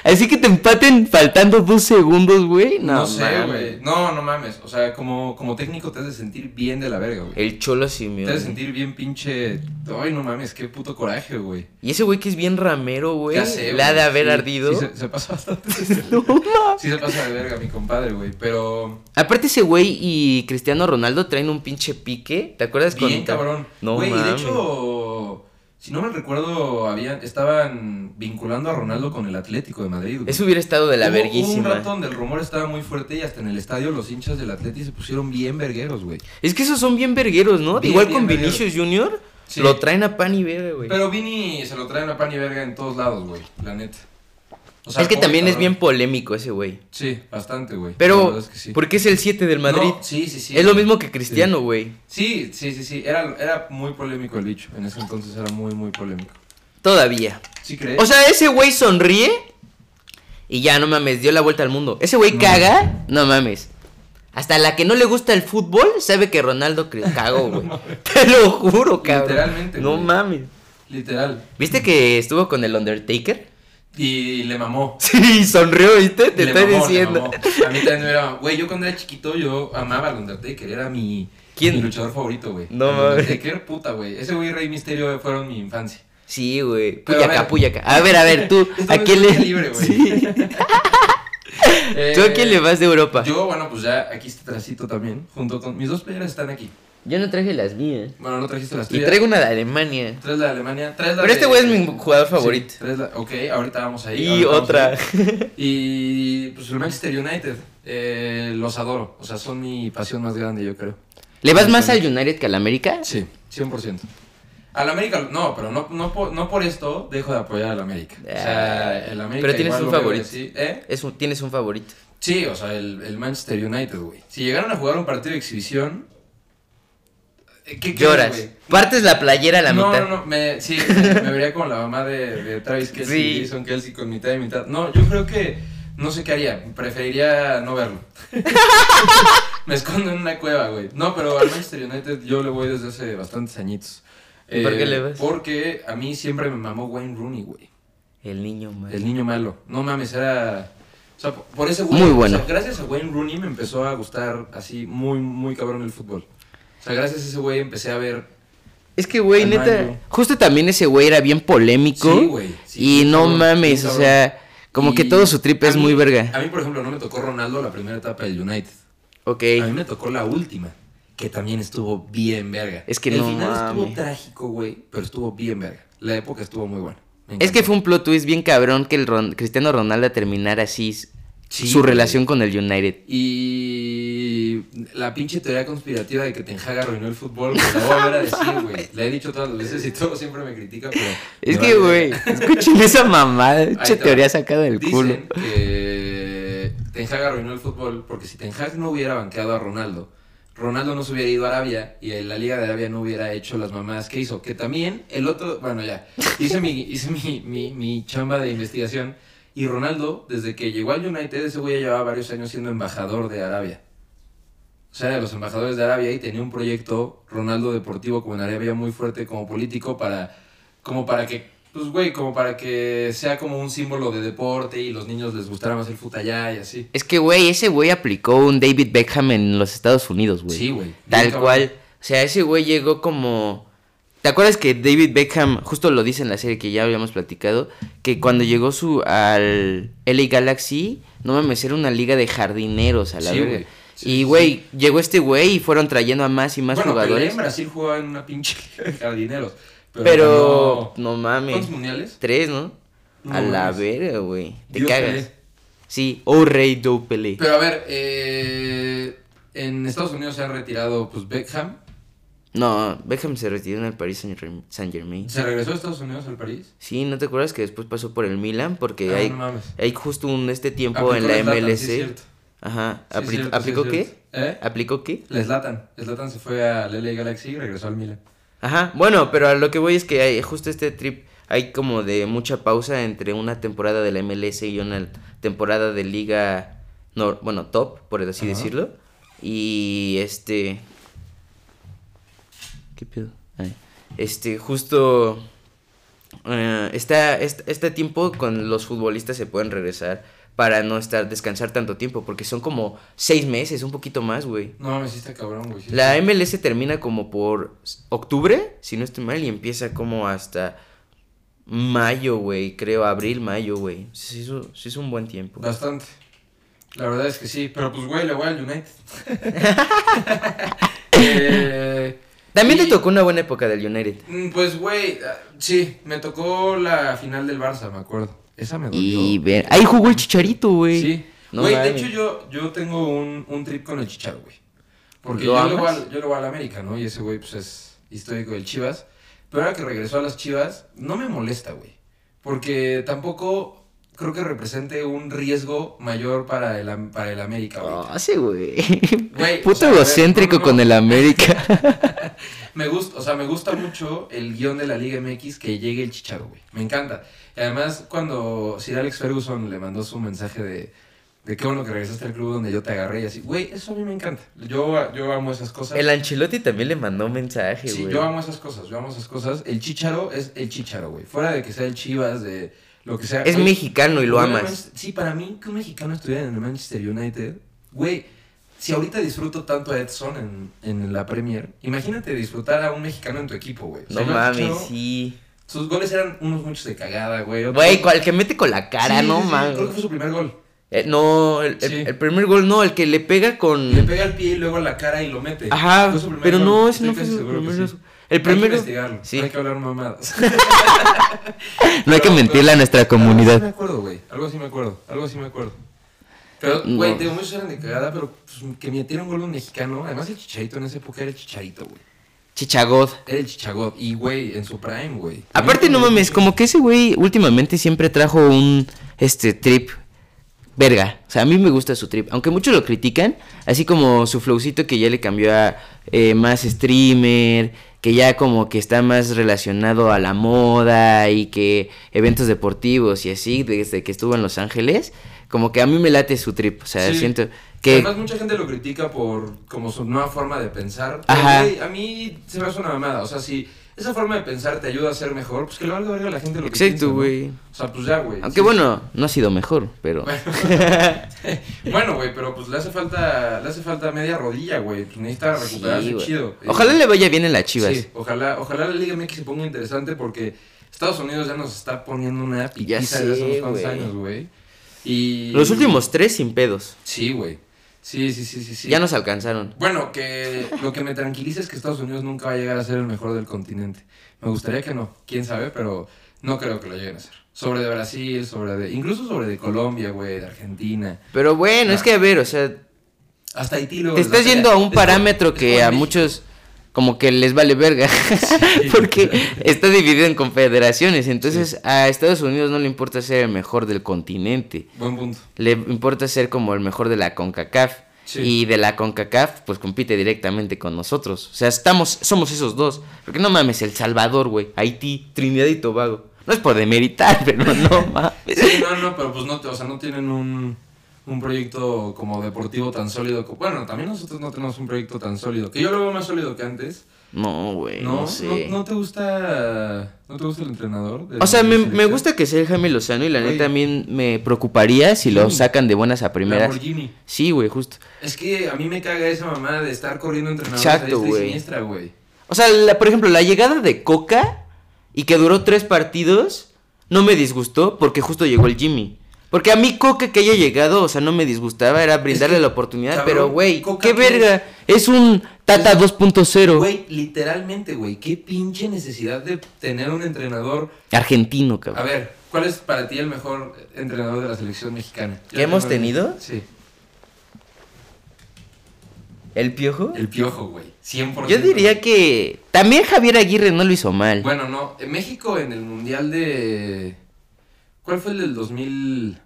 [SPEAKER 3] Así que te empaten faltando dos segundos, güey. No,
[SPEAKER 2] No, sé,
[SPEAKER 3] mames.
[SPEAKER 2] güey. No, no mames. O sea, como, como técnico te has de sentir bien de la verga, güey.
[SPEAKER 3] El Cholo
[SPEAKER 2] Te
[SPEAKER 3] Simeone.
[SPEAKER 2] has de sentir bien pinche... Ay, no mames, qué puto coraje, güey.
[SPEAKER 3] Y ese güey que es bien ramero, güey.
[SPEAKER 2] Ya sé,
[SPEAKER 3] La
[SPEAKER 2] güey,
[SPEAKER 3] de haber
[SPEAKER 2] sí,
[SPEAKER 3] ardido.
[SPEAKER 2] Sí, se, se pasa bastante.
[SPEAKER 3] No mames.
[SPEAKER 2] sí se pasa de verga mi compadre, güey. Pero...
[SPEAKER 3] Aparte ese güey y Cristiano Ronaldo traen un pinche pique, ¿te acuerdas
[SPEAKER 2] Bien,
[SPEAKER 3] ta-
[SPEAKER 2] cabrón.
[SPEAKER 3] No
[SPEAKER 2] güey, y de
[SPEAKER 3] mames.
[SPEAKER 2] hecho... Si no mal recuerdo, habían, estaban vinculando a Ronaldo con el Atlético de Madrid. güey.
[SPEAKER 3] Eso hubiera estado de la
[SPEAKER 2] Hubo- hubo
[SPEAKER 3] verguísima.
[SPEAKER 2] un rato donde el rumor estaba muy fuerte y hasta en el estadio los hinchas del Atleti se pusieron bien vergueros, güey.
[SPEAKER 3] Es que esos son bien vergueros, ¿no?
[SPEAKER 2] Bien,
[SPEAKER 3] Igual
[SPEAKER 2] bien
[SPEAKER 3] con
[SPEAKER 2] vergueros.
[SPEAKER 3] Vinicius Junior
[SPEAKER 2] Sí.
[SPEAKER 3] lo traen a pan y verga, güey.
[SPEAKER 2] Pero Vini se lo traen a pan y verga en todos lados, güey, la neta. O sea,
[SPEAKER 3] es que
[SPEAKER 2] pobre
[SPEAKER 3] también es
[SPEAKER 2] cabrón.
[SPEAKER 3] bien polémico ese güey.
[SPEAKER 2] Sí, bastante, güey. La
[SPEAKER 3] Pero
[SPEAKER 2] verdad es que sí.
[SPEAKER 3] porque es el 7 del Madrid.
[SPEAKER 2] No, sí, sí, sí.
[SPEAKER 3] es lo mismo que Cristiano, güey.
[SPEAKER 2] Sí, sí, sí, sí. Era, era muy polémico el bicho. En ese entonces era muy, muy polémico.
[SPEAKER 3] Todavía.
[SPEAKER 2] ¿Sí crees?
[SPEAKER 3] O sea, ese güey sonríe y ya, no mames, dio la vuelta al mundo. Ese güey
[SPEAKER 2] No.
[SPEAKER 3] caga, no mames. Hasta la que no le gusta el fútbol sabe que Ronaldo cre- cagó, güey. Te lo juro, cabrón.
[SPEAKER 2] Literalmente,
[SPEAKER 3] No
[SPEAKER 2] güey.
[SPEAKER 3] mames.
[SPEAKER 2] Literal.
[SPEAKER 3] ¿Viste que estuvo con el Undertaker?
[SPEAKER 2] Y le mamó.
[SPEAKER 3] Sí, sonrió, ¿viste? Te
[SPEAKER 2] Le
[SPEAKER 3] estoy
[SPEAKER 2] mamó, le
[SPEAKER 3] diciendo.
[SPEAKER 2] mamó. A mí también me era. Güey, yo cuando era chiquito, yo amaba al Undertaker. Era mi,
[SPEAKER 3] ¿Quién?
[SPEAKER 2] mi luchador favorito, güey.
[SPEAKER 3] No
[SPEAKER 2] El
[SPEAKER 3] mames.
[SPEAKER 2] Undertaker, puta, güey. Ese güey y Rey Misterio fueron mi infancia.
[SPEAKER 3] Sí, güey.
[SPEAKER 2] Pero a
[SPEAKER 3] Puyaca,
[SPEAKER 2] ver.
[SPEAKER 3] puyaca. A ver, a ver, tú,
[SPEAKER 2] Esta
[SPEAKER 3] ¿a
[SPEAKER 2] vez
[SPEAKER 3] quién le.
[SPEAKER 2] lucha libre, güey.
[SPEAKER 3] Sí. ¿Tú a quién le vas de Europa? Yo,
[SPEAKER 2] Yo, bueno, pues ya aquí está tracito también. Junto con. Mis dos playeras están aquí.
[SPEAKER 3] no traje las mías.
[SPEAKER 2] Bueno, no trajiste las
[SPEAKER 3] Y
[SPEAKER 2] tuyas.
[SPEAKER 3] traigo una de Alemania.
[SPEAKER 2] Traes la de Alemania. Traes la
[SPEAKER 3] Pero este
[SPEAKER 2] de-
[SPEAKER 3] güey es mi jugador
[SPEAKER 2] Sí,
[SPEAKER 3] favorito.
[SPEAKER 2] traes la- Ok, ahorita vamos ahí.
[SPEAKER 3] Y
[SPEAKER 2] ahorita vamos
[SPEAKER 3] otra.
[SPEAKER 2] ahí. Y pues el Manchester United. eh, los adoro. O sea, son mi pasión más grande, yo creo.
[SPEAKER 3] ¿Le vas más al United que al América?
[SPEAKER 2] Sí, 100%. Al América, no, pero no, no, por, no por esto dejo de apoyar al América. O sea, el América.
[SPEAKER 3] Ah. Pero tienes
[SPEAKER 2] igual
[SPEAKER 3] un
[SPEAKER 2] lo veo
[SPEAKER 3] favorito.
[SPEAKER 2] así, ¿eh?
[SPEAKER 3] Es un- tienes un favorito.
[SPEAKER 2] Sí, o sea, el, el Manchester United, güey. Si llegaron a jugar un partido de exhibición. eh, ¿Qué quieres,
[SPEAKER 3] Lloras.
[SPEAKER 2] güey?
[SPEAKER 3] Partes la playera a la
[SPEAKER 2] no,
[SPEAKER 3] mitad.
[SPEAKER 2] No, no, me, sí, me, me vería como la mamá de, de Travis Kelsey
[SPEAKER 3] Sí.
[SPEAKER 2] y Jason Kelsey con mitad y mitad. No, yo creo que no sé qué haría, preferiría no verlo. me escondo en una cueva, güey. No, pero al Manchester United yo le voy desde hace bastantes añitos. Eh,
[SPEAKER 3] ¿Y por qué le vas?
[SPEAKER 2] Porque a mí siempre me mamó Wayne Rooney, güey.
[SPEAKER 3] El niño mal.
[SPEAKER 2] El niño malo. No mames, era... O sea, por ese güey...
[SPEAKER 3] Muy
[SPEAKER 2] o
[SPEAKER 3] bueno.
[SPEAKER 2] sea, gracias a Wayne Rooney me empezó a gustar así muy, muy cabrón el fútbol. O sea, gracias a ese güey empecé a ver
[SPEAKER 3] Es que, güey,
[SPEAKER 2] Al
[SPEAKER 3] neta.
[SPEAKER 2] Mario.
[SPEAKER 3] Justo también ese güey era bien polémico.
[SPEAKER 2] Sí, güey, sí,
[SPEAKER 3] y
[SPEAKER 2] bien
[SPEAKER 3] no
[SPEAKER 2] cabrón,
[SPEAKER 3] mames,
[SPEAKER 2] bien
[SPEAKER 3] o
[SPEAKER 2] cabrón.
[SPEAKER 3] sea, como que
[SPEAKER 2] Y
[SPEAKER 3] todo su trip
[SPEAKER 2] a
[SPEAKER 3] es
[SPEAKER 2] mí-
[SPEAKER 3] muy verga.
[SPEAKER 2] A mí, por ejemplo, no me tocó Ronaldo la primera etapa del United.
[SPEAKER 3] Ok.
[SPEAKER 2] A mí me tocó la última, que también estuvo bien verga.
[SPEAKER 3] Es que
[SPEAKER 2] El
[SPEAKER 3] no
[SPEAKER 2] final
[SPEAKER 3] mames.
[SPEAKER 2] estuvo trágico, güey, pero estuvo bien verga. La época estuvo muy buena. Me
[SPEAKER 3] Es
[SPEAKER 2] encantó.
[SPEAKER 3] que fue un plot twist bien cabrón que el Ron- Cristiano Ronaldo terminara así s-
[SPEAKER 2] Sí,
[SPEAKER 3] su
[SPEAKER 2] güey.
[SPEAKER 3] relación con el United.
[SPEAKER 2] Y la pinche teoría conspirativa de que Ten Hag arruinó el fútbol, pues la voy a volver a decir, güey. La he dicho todas las veces y todo siempre me critica, pero...
[SPEAKER 3] Es
[SPEAKER 2] me
[SPEAKER 3] que,
[SPEAKER 2] vale
[SPEAKER 3] güey,
[SPEAKER 2] verga.
[SPEAKER 3] escuchen esa mamada. Che
[SPEAKER 2] te va.
[SPEAKER 3] teoría sacada del culo.
[SPEAKER 2] Dicen que Ten Hag arruinó el fútbol porque si Ten Hag no hubiera banqueado a Ronaldo, Ronaldo no se hubiera ido a Arabia y la Liga de Arabia no hubiera hecho las mamadas que hizo. Que también el otro, bueno ya, hice mi, hice mi, mi, mi chamba de investigación y Ronaldo, desde que llegó al United, ese güey ya llevaba varios años siendo embajador de Arabia. O sea, de los embajadores de Arabia y tenía un proyecto Ronaldo Deportivo como en Arabia muy fuerte como político para, como para que, pues güey, como para que sea como un símbolo de deporte y los niños les gustara más el fut allá y así.
[SPEAKER 3] Es que, güey, ese güey aplicó un David Beckham en los Estados Unidos, güey.
[SPEAKER 2] Sí, güey.
[SPEAKER 3] Tal
[SPEAKER 2] Bien cabrón.
[SPEAKER 3] cual. O sea, ese güey llegó como... ¿Te acuerdas que David Beckham, justo lo dice en la serie que ya habíamos platicado, que cuando llegó su al LA Galaxy, no mames, era una liga de jardineros a la
[SPEAKER 2] Sí,
[SPEAKER 3] verga.
[SPEAKER 2] güey. Sí,
[SPEAKER 3] y,
[SPEAKER 2] sí,
[SPEAKER 3] güey, llegó este güey y fueron trayendo a más y más
[SPEAKER 2] bueno, Pelé
[SPEAKER 3] jugadores.
[SPEAKER 2] en Brasil jugaba en una pinche liga de jardineros. Pero,
[SPEAKER 3] Pero, no,
[SPEAKER 2] ganó-
[SPEAKER 3] mames.
[SPEAKER 2] ¿Cuántos mundiales?
[SPEAKER 3] Tres, ¿no?
[SPEAKER 2] No
[SPEAKER 3] a la
[SPEAKER 2] mames.
[SPEAKER 3] verga, güey. Te
[SPEAKER 2] Dios
[SPEAKER 3] cagas.
[SPEAKER 2] Pelé.
[SPEAKER 3] Sí, oh rey do Pelé.
[SPEAKER 2] Pero a ver, eh, en Estados Unidos se ha retirado pues Beckham.
[SPEAKER 3] No, Beckham se retiró en el Paris Saint- Saint Germain.
[SPEAKER 2] ¿Se regresó a Estados Unidos al París?
[SPEAKER 3] Sí, ¿no te acuerdas que después pasó por el Milan? Porque
[SPEAKER 2] Ah,
[SPEAKER 3] hay,
[SPEAKER 2] no mames.
[SPEAKER 3] hay justo un este tiempo
[SPEAKER 2] Aplicó
[SPEAKER 3] en la
[SPEAKER 2] Zlatan, sí es
[SPEAKER 3] MLC.
[SPEAKER 2] cierto.
[SPEAKER 3] Ajá.
[SPEAKER 2] Sí,
[SPEAKER 3] Apli-
[SPEAKER 2] cierto, sí,
[SPEAKER 3] ¿Aplicó
[SPEAKER 2] cierto.
[SPEAKER 3] qué?
[SPEAKER 2] ¿Eh?
[SPEAKER 3] ¿Aplicó qué?
[SPEAKER 2] La Zlatan. Zlatan se fue al LA Galaxy y regresó al Milan.
[SPEAKER 3] Ajá. Bueno, pero a lo que voy es que hay, justo este trip hay como de mucha pausa entre una temporada de la MLS y una temporada de liga, nor- bueno, top, por así
[SPEAKER 2] Ajá.
[SPEAKER 3] decirlo. Y este... ¿Qué pedo? Ay. Este, justo... eh, está, est- este tiempo con los futbolistas se pueden regresar para no estar descansar tanto tiempo, porque son como seis meses, un poquito más, güey.
[SPEAKER 2] No mames, sí está cabrón, güey. sí está-
[SPEAKER 3] La MLS termina como por s- octubre, si no estoy mal, y empieza como hasta mayo, güey, creo, abril, mayo, güey. Sí, es un- sí es un buen tiempo.
[SPEAKER 2] Bastante. La verdad es que sí. Pero pues, güey, le voy al United. eh,
[SPEAKER 3] También
[SPEAKER 2] y-
[SPEAKER 3] te tocó una buena época del United.
[SPEAKER 2] mm, pues, güey, ah, sí, me tocó la final del Barça, me acuerdo. Esa me dolió.
[SPEAKER 3] Y ver, ahí jugó el Chicharito, güey.
[SPEAKER 2] Sí.
[SPEAKER 3] No
[SPEAKER 2] güey, de
[SPEAKER 3] mames.
[SPEAKER 2] hecho yo, yo tengo un, un trip con el Chicharo, güey. Porque
[SPEAKER 3] ¿Lo
[SPEAKER 2] yo le, voy
[SPEAKER 3] amas?
[SPEAKER 2] al, yo le voy al América, ¿no? Y ese güey, pues, es histórico del Chivas. Pero ahora que regresó a las Chivas, no me molesta, güey. Porque tampoco creo que represente un riesgo mayor para el, Am- para el América, güey.
[SPEAKER 3] Ah, sí, güey.
[SPEAKER 2] Güey, o
[SPEAKER 3] Puto
[SPEAKER 2] sea, a ver,
[SPEAKER 3] egocéntrico
[SPEAKER 2] no, no, no.
[SPEAKER 3] con el América.
[SPEAKER 2] Me gusta, o sea, me gusta mucho el guión de la Liga MX que llegue el Chicharo, güey. Me encanta. Y además, cuando Sir Alex Ferguson le mandó su mensaje de, de qué bueno que regresaste al club donde yo te agarré y así, güey, eso a mí me encanta. Yo, yo amo esas cosas.
[SPEAKER 3] El Ancelotti también le mandó un mensaje,
[SPEAKER 2] Sí,
[SPEAKER 3] güey.
[SPEAKER 2] yo amo esas cosas, yo amo esas cosas. El Chicharo es el Chicharo, güey. Fuera de que sea el Chivas, de lo que sea.
[SPEAKER 3] Es
[SPEAKER 2] güey,
[SPEAKER 3] mexicano y lo
[SPEAKER 2] güey,
[SPEAKER 3] amas.
[SPEAKER 2] además, Sí, para mí, que un mexicano estuviera en el Manchester United, güey, si ahorita disfruto tanto a Edson en, en la Premier, imagínate disfrutar a un mexicano en tu equipo, güey. O sea,
[SPEAKER 3] No
[SPEAKER 2] yo al
[SPEAKER 3] mames,
[SPEAKER 2] Chicharo-
[SPEAKER 3] sí.
[SPEAKER 2] Sus goles eran unos muchos de cagada, güey. otros-
[SPEAKER 3] Güey, cual que mete con la cara,
[SPEAKER 2] Sí, sí,
[SPEAKER 3] no
[SPEAKER 2] sí,
[SPEAKER 3] mames.
[SPEAKER 2] Creo que fue su primer gol.
[SPEAKER 3] Eh, no, el, el-
[SPEAKER 2] Sí.
[SPEAKER 3] el primer gol no, el que le pega con.
[SPEAKER 2] Le pega al pie y luego a la cara y lo mete.
[SPEAKER 3] Ajá,
[SPEAKER 2] Fue su primer
[SPEAKER 3] pero
[SPEAKER 2] gol,
[SPEAKER 3] no, ese
[SPEAKER 2] estoy
[SPEAKER 3] no fue
[SPEAKER 2] casi
[SPEAKER 3] su
[SPEAKER 2] seguro que
[SPEAKER 3] primer.
[SPEAKER 2] sí.
[SPEAKER 3] El
[SPEAKER 2] Hay que
[SPEAKER 3] primero.
[SPEAKER 2] investigarlo,
[SPEAKER 3] Sí.
[SPEAKER 2] hay que hablar mamadas.
[SPEAKER 3] No hay que
[SPEAKER 2] pero-
[SPEAKER 3] mentirle a nuestra
[SPEAKER 2] Algo sí me
[SPEAKER 3] comunidad.
[SPEAKER 2] acuerdo, güey. Algo sí me acuerdo. Algo sí me acuerdo. Pero,
[SPEAKER 3] No.
[SPEAKER 2] güey, te digo, muchos eran de cagada, pero pues, que metiera un gol un mexicano. Además, el chicharito en esa época era el chicharito, güey.
[SPEAKER 3] Chichagod.
[SPEAKER 2] Era el chichagot. Y, güey, en su prime, güey.
[SPEAKER 3] Aparte, no mames, como que ese güey últimamente siempre trajo un este trip verga. O sea, a mí me gusta su trip. Aunque muchos lo critican, así como su flowcito que ya le cambió a eh, más streamer, que ya como que está más relacionado a la moda y que eventos deportivos y así, desde que estuvo en Los Ángeles, como que a mí me late su trip. O sea,
[SPEAKER 2] Sí.
[SPEAKER 3] siento que...
[SPEAKER 2] Además, mucha gente lo critica por como su nueva forma de pensar. Pero,
[SPEAKER 3] Ajá.
[SPEAKER 2] güey, a mí se me hace una mamada. O sea, si esa forma de pensar te ayuda a ser mejor, pues que lo valga verga a la gente lo que
[SPEAKER 3] Exacto,
[SPEAKER 2] piensa, ¿no?
[SPEAKER 3] güey.
[SPEAKER 2] O sea, pues ya, güey.
[SPEAKER 3] Aunque
[SPEAKER 2] Sí.
[SPEAKER 3] bueno, no ha sido mejor, pero...
[SPEAKER 2] Bueno, güey, pero pues le hace falta, le hace falta media rodilla, güey. Pues necesita
[SPEAKER 3] Sí,
[SPEAKER 2] recuperarse
[SPEAKER 3] güey.
[SPEAKER 2] chido.
[SPEAKER 3] Ojalá
[SPEAKER 2] Eh,
[SPEAKER 3] le vaya bien en las chivas.
[SPEAKER 2] Sí, ojalá, ojalá la Liga MX se ponga interesante porque Estados Unidos ya nos está poniendo una
[SPEAKER 3] Ya
[SPEAKER 2] pitiza desde hace unos
[SPEAKER 3] sé,
[SPEAKER 2] cuantos
[SPEAKER 3] güey.
[SPEAKER 2] años, güey. Y...
[SPEAKER 3] Los últimos tres sin pedos.
[SPEAKER 2] Sí, güey. Sí, sí, sí, sí, sí.
[SPEAKER 3] Ya nos alcanzaron.
[SPEAKER 2] Bueno, que lo que me tranquiliza es que Estados Unidos nunca va a llegar a ser el mejor del continente. Me gustaría que no, quién sabe, pero no creo que lo lleguen a ser. Sobre de Brasil, sobre de... Incluso sobre de Colombia, güey, de Argentina.
[SPEAKER 3] Pero bueno, es que a ver, o sea,
[SPEAKER 2] Hasta Haití luego
[SPEAKER 3] te
[SPEAKER 2] les da
[SPEAKER 3] estás
[SPEAKER 2] pelea.
[SPEAKER 3] yendo a un
[SPEAKER 2] Es como-
[SPEAKER 3] parámetro
[SPEAKER 2] es
[SPEAKER 3] que
[SPEAKER 2] como
[SPEAKER 3] a
[SPEAKER 2] México.
[SPEAKER 3] muchos como que les vale verga. Porque está dividido en confederaciones. Entonces a Estados Unidos no le importa ser el mejor del continente.
[SPEAKER 2] Buen punto.
[SPEAKER 3] Le importa ser como el mejor de la CONCACAF.
[SPEAKER 2] Sí.
[SPEAKER 3] Y de la CONCACAF, pues compite directamente con nosotros. O sea, estamos, somos esos dos. Porque no mames, El Salvador, güey. Haití, Trinidad y Tobago. No es por demeritar, pero no mames.
[SPEAKER 2] Sí, no, no, pero pues no, te- o sea, no tienen un, un proyecto como deportivo tan sólido. co- bueno, también nosotros no tenemos un proyecto tan sólido. Que yo lo veo más sólido que antes.
[SPEAKER 3] No, güey,
[SPEAKER 2] No,
[SPEAKER 3] no,
[SPEAKER 2] no,
[SPEAKER 3] sé.
[SPEAKER 2] no te gusta, no te gusta el entrenador. de
[SPEAKER 3] O sea,
[SPEAKER 2] la
[SPEAKER 3] me, me
[SPEAKER 2] selección?
[SPEAKER 3] gusta que sea el Jaime Lozano y la
[SPEAKER 2] Güey.
[SPEAKER 3] neta también me preocuparía si lo
[SPEAKER 2] Sí.
[SPEAKER 3] sacan de buenas a primeras.
[SPEAKER 2] Lamborghini.
[SPEAKER 3] Sí, güey, justo.
[SPEAKER 2] Es que a mí me caga esa mamada de estar corriendo entrenadores
[SPEAKER 3] Exacto,
[SPEAKER 2] a diestra y
[SPEAKER 3] güey.
[SPEAKER 2] siniestra, güey.
[SPEAKER 3] O sea, la- por ejemplo, la llegada de Coca y que duró tres partidos no me disgustó porque justo llegó el Jimmy. Porque a mí Coca que haya llegado, o sea, no me disgustaba, era brindarle
[SPEAKER 2] que,
[SPEAKER 3] la oportunidad,
[SPEAKER 2] cabrón,
[SPEAKER 3] pero güey,
[SPEAKER 2] Coca
[SPEAKER 3] qué
[SPEAKER 2] tiene-
[SPEAKER 3] verga, es un Tata
[SPEAKER 2] Es-
[SPEAKER 3] 2.0
[SPEAKER 2] Güey, literalmente, güey, qué pinche necesidad de tener un entrenador.
[SPEAKER 3] argentino,
[SPEAKER 2] A
[SPEAKER 3] cabrón.
[SPEAKER 2] ver, ¿cuál es para ti el mejor entrenador de la selección mexicana?
[SPEAKER 3] ¿Que
[SPEAKER 2] Yo
[SPEAKER 3] hemos
[SPEAKER 2] tengo-
[SPEAKER 3] tenido?
[SPEAKER 2] Sí.
[SPEAKER 3] ¿El Piojo?
[SPEAKER 2] El piojo, güey. 100%.
[SPEAKER 3] Yo diría que también Javier Aguirre no lo hizo mal.
[SPEAKER 2] Bueno, no. En México en el Mundial de... ¿Cuál fue el del 2000?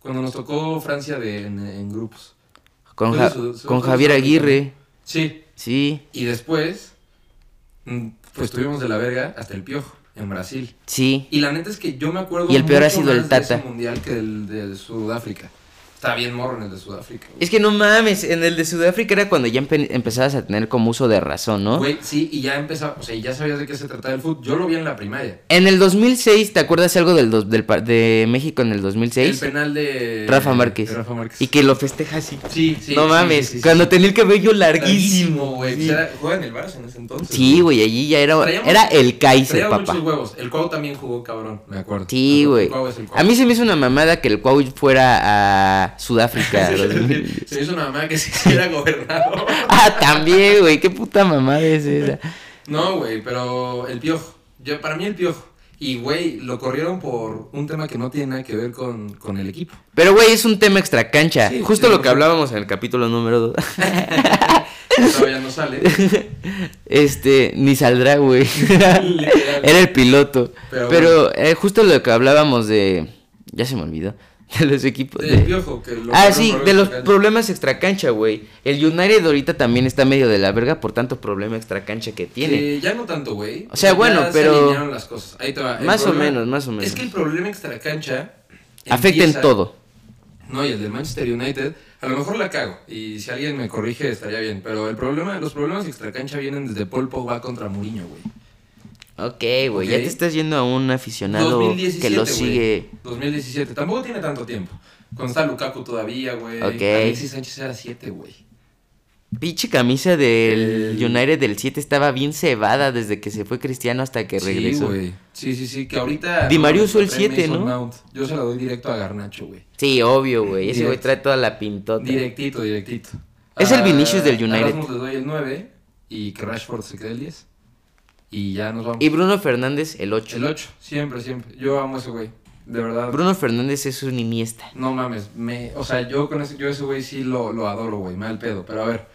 [SPEAKER 2] Cuando nos tocó Francia de, en, en grupos.
[SPEAKER 3] Con,
[SPEAKER 2] Fue
[SPEAKER 3] Ja-
[SPEAKER 2] de su- su-
[SPEAKER 3] con
[SPEAKER 2] fue de
[SPEAKER 3] Javier
[SPEAKER 2] Sudamericana.
[SPEAKER 3] Aguirre.
[SPEAKER 2] Sí,
[SPEAKER 3] Sí,
[SPEAKER 2] y después, mm, pues tuvimos de la verga hasta el piojo en Brasil.
[SPEAKER 3] sí.
[SPEAKER 2] Y la neta es que yo me acuerdo
[SPEAKER 3] Y el peor ha
[SPEAKER 2] mucho
[SPEAKER 3] sido el
[SPEAKER 2] más de ese
[SPEAKER 3] Tata.
[SPEAKER 2] mundial que el de Sudáfrica. Está bien morro en el de Sudáfrica. güey.
[SPEAKER 3] Es que no mames, en el de Sudáfrica era cuando ya empe- empezabas a tener como uso de razón, ¿no?
[SPEAKER 2] Güey, sí, y ya empezaba, o sea, y ya sabías de qué se trataba el fútbol. Yo lo vi en la primaria.
[SPEAKER 3] En el 2006, ¿te acuerdas algo del, dos- del par- de México en el
[SPEAKER 2] El
[SPEAKER 3] 2006?
[SPEAKER 2] penal de
[SPEAKER 3] Rafa Márquez.
[SPEAKER 2] de Rafa Márquez.
[SPEAKER 3] Y que lo festeja así.
[SPEAKER 2] Sí, sí.
[SPEAKER 3] no
[SPEAKER 2] sí,
[SPEAKER 3] mames,
[SPEAKER 2] sí, sí, sí.
[SPEAKER 3] cuando tenía el cabello
[SPEAKER 2] Larguísimo,
[SPEAKER 3] larguísimo.
[SPEAKER 2] güey.
[SPEAKER 3] Sí.
[SPEAKER 2] Pues era- Jugaba en el Barça en ese entonces.
[SPEAKER 3] Sí, güey, allí ya era,
[SPEAKER 2] Traíamos-
[SPEAKER 3] era el Kaiser,
[SPEAKER 2] Traía
[SPEAKER 3] papá.
[SPEAKER 2] muchos huevos. El Cuau también jugó, cabrón. Me acuerdo. Me
[SPEAKER 3] Sí,
[SPEAKER 2] acuerdo,
[SPEAKER 3] güey.
[SPEAKER 2] El Cuau es el Cuau.
[SPEAKER 3] A mí se me hizo una mamada que el Cuau fuera a Sudáfrica.
[SPEAKER 2] se hizo una mamá que se hiciera gobernador.
[SPEAKER 3] ah, también, güey, qué puta mamada es esa.
[SPEAKER 2] No, güey, pero el piojo. Yo, para mí el piojo. Y, güey, lo corrieron por un tema que no tiene nada que ver con, con el equipo.
[SPEAKER 3] Pero, güey, es un tema extra cancha.
[SPEAKER 2] Sí,
[SPEAKER 3] Justo
[SPEAKER 2] sí,
[SPEAKER 3] lo que
[SPEAKER 2] sí.
[SPEAKER 3] hablábamos en el capítulo número 2.
[SPEAKER 2] Que Todavía no sale.
[SPEAKER 3] Este, ni saldrá, güey.
[SPEAKER 2] Literal.
[SPEAKER 3] Era el piloto. Pero,
[SPEAKER 2] Pero
[SPEAKER 3] eh, justo lo que hablábamos de. Ya se me olvidó. De los equipos. de-
[SPEAKER 2] Del piojo. Que lo
[SPEAKER 3] Ah,
[SPEAKER 2] corrieron
[SPEAKER 3] sí,
[SPEAKER 2] por
[SPEAKER 3] de los
[SPEAKER 2] extracancha.
[SPEAKER 3] problemas extracancha, güey. El United ahorita también está medio de la verga por tanto problema extracancha que tiene.
[SPEAKER 2] Eh, ya no tanto, güey.
[SPEAKER 3] O sea,
[SPEAKER 2] Ya
[SPEAKER 3] bueno,
[SPEAKER 2] se
[SPEAKER 3] pero-
[SPEAKER 2] alinearon las cosas. Ahí te va. El
[SPEAKER 3] Más o
[SPEAKER 2] problema-
[SPEAKER 3] menos, más o menos.
[SPEAKER 2] Es que el problema extracancha.
[SPEAKER 3] Afecta en
[SPEAKER 2] empieza-
[SPEAKER 3] todo.
[SPEAKER 2] No, y el del Manchester United, a lo mejor la cago. Y si alguien me corrige, estaría bien. Pero el problema, los problemas extracancha vienen desde Paul Pogba contra Mourinho, güey.
[SPEAKER 3] Ok, güey, ya
[SPEAKER 2] Ok.
[SPEAKER 3] te estás yendo a un aficionado que lo
[SPEAKER 2] güey.
[SPEAKER 3] sigue.
[SPEAKER 2] 2017. Tampoco tiene tanto tiempo. Cuando está Lukaku todavía, güey.
[SPEAKER 3] Ok.
[SPEAKER 2] Alexis Sánchez era 7, güey.
[SPEAKER 3] Pinche camisa del
[SPEAKER 2] El-
[SPEAKER 3] United del 7 estaba bien cebada desde que se fue Cristiano hasta que
[SPEAKER 2] Sí,
[SPEAKER 3] regresó.
[SPEAKER 2] güey. Sí, sí, sí. Que ahorita.
[SPEAKER 3] Di María usó el
[SPEAKER 2] trae
[SPEAKER 3] siete,
[SPEAKER 2] Mason
[SPEAKER 3] ¿no?
[SPEAKER 2] Mount. Yo se la doy directo a Garnacho, güey.
[SPEAKER 3] Sí, obvio, güey. Ese
[SPEAKER 2] Direct.
[SPEAKER 3] güey trae toda la pintota.
[SPEAKER 2] Directito, directito.
[SPEAKER 3] Es el
[SPEAKER 2] A-
[SPEAKER 3] Vinicius del
[SPEAKER 2] a
[SPEAKER 3] United.
[SPEAKER 2] Rasmus le doy el 9 y que Rashford se quede el 10. Y ya nos vamos.
[SPEAKER 3] Y Bruno Fernández, el 8.
[SPEAKER 2] El 8, siempre, siempre. Yo amo a ese güey, de verdad.
[SPEAKER 3] Bruno Fernández es un iniesta.
[SPEAKER 2] No mames, me, o sea, yo con ese, yo ese güey sí lo, lo adoro, güey, mal pedo. Pero a ver,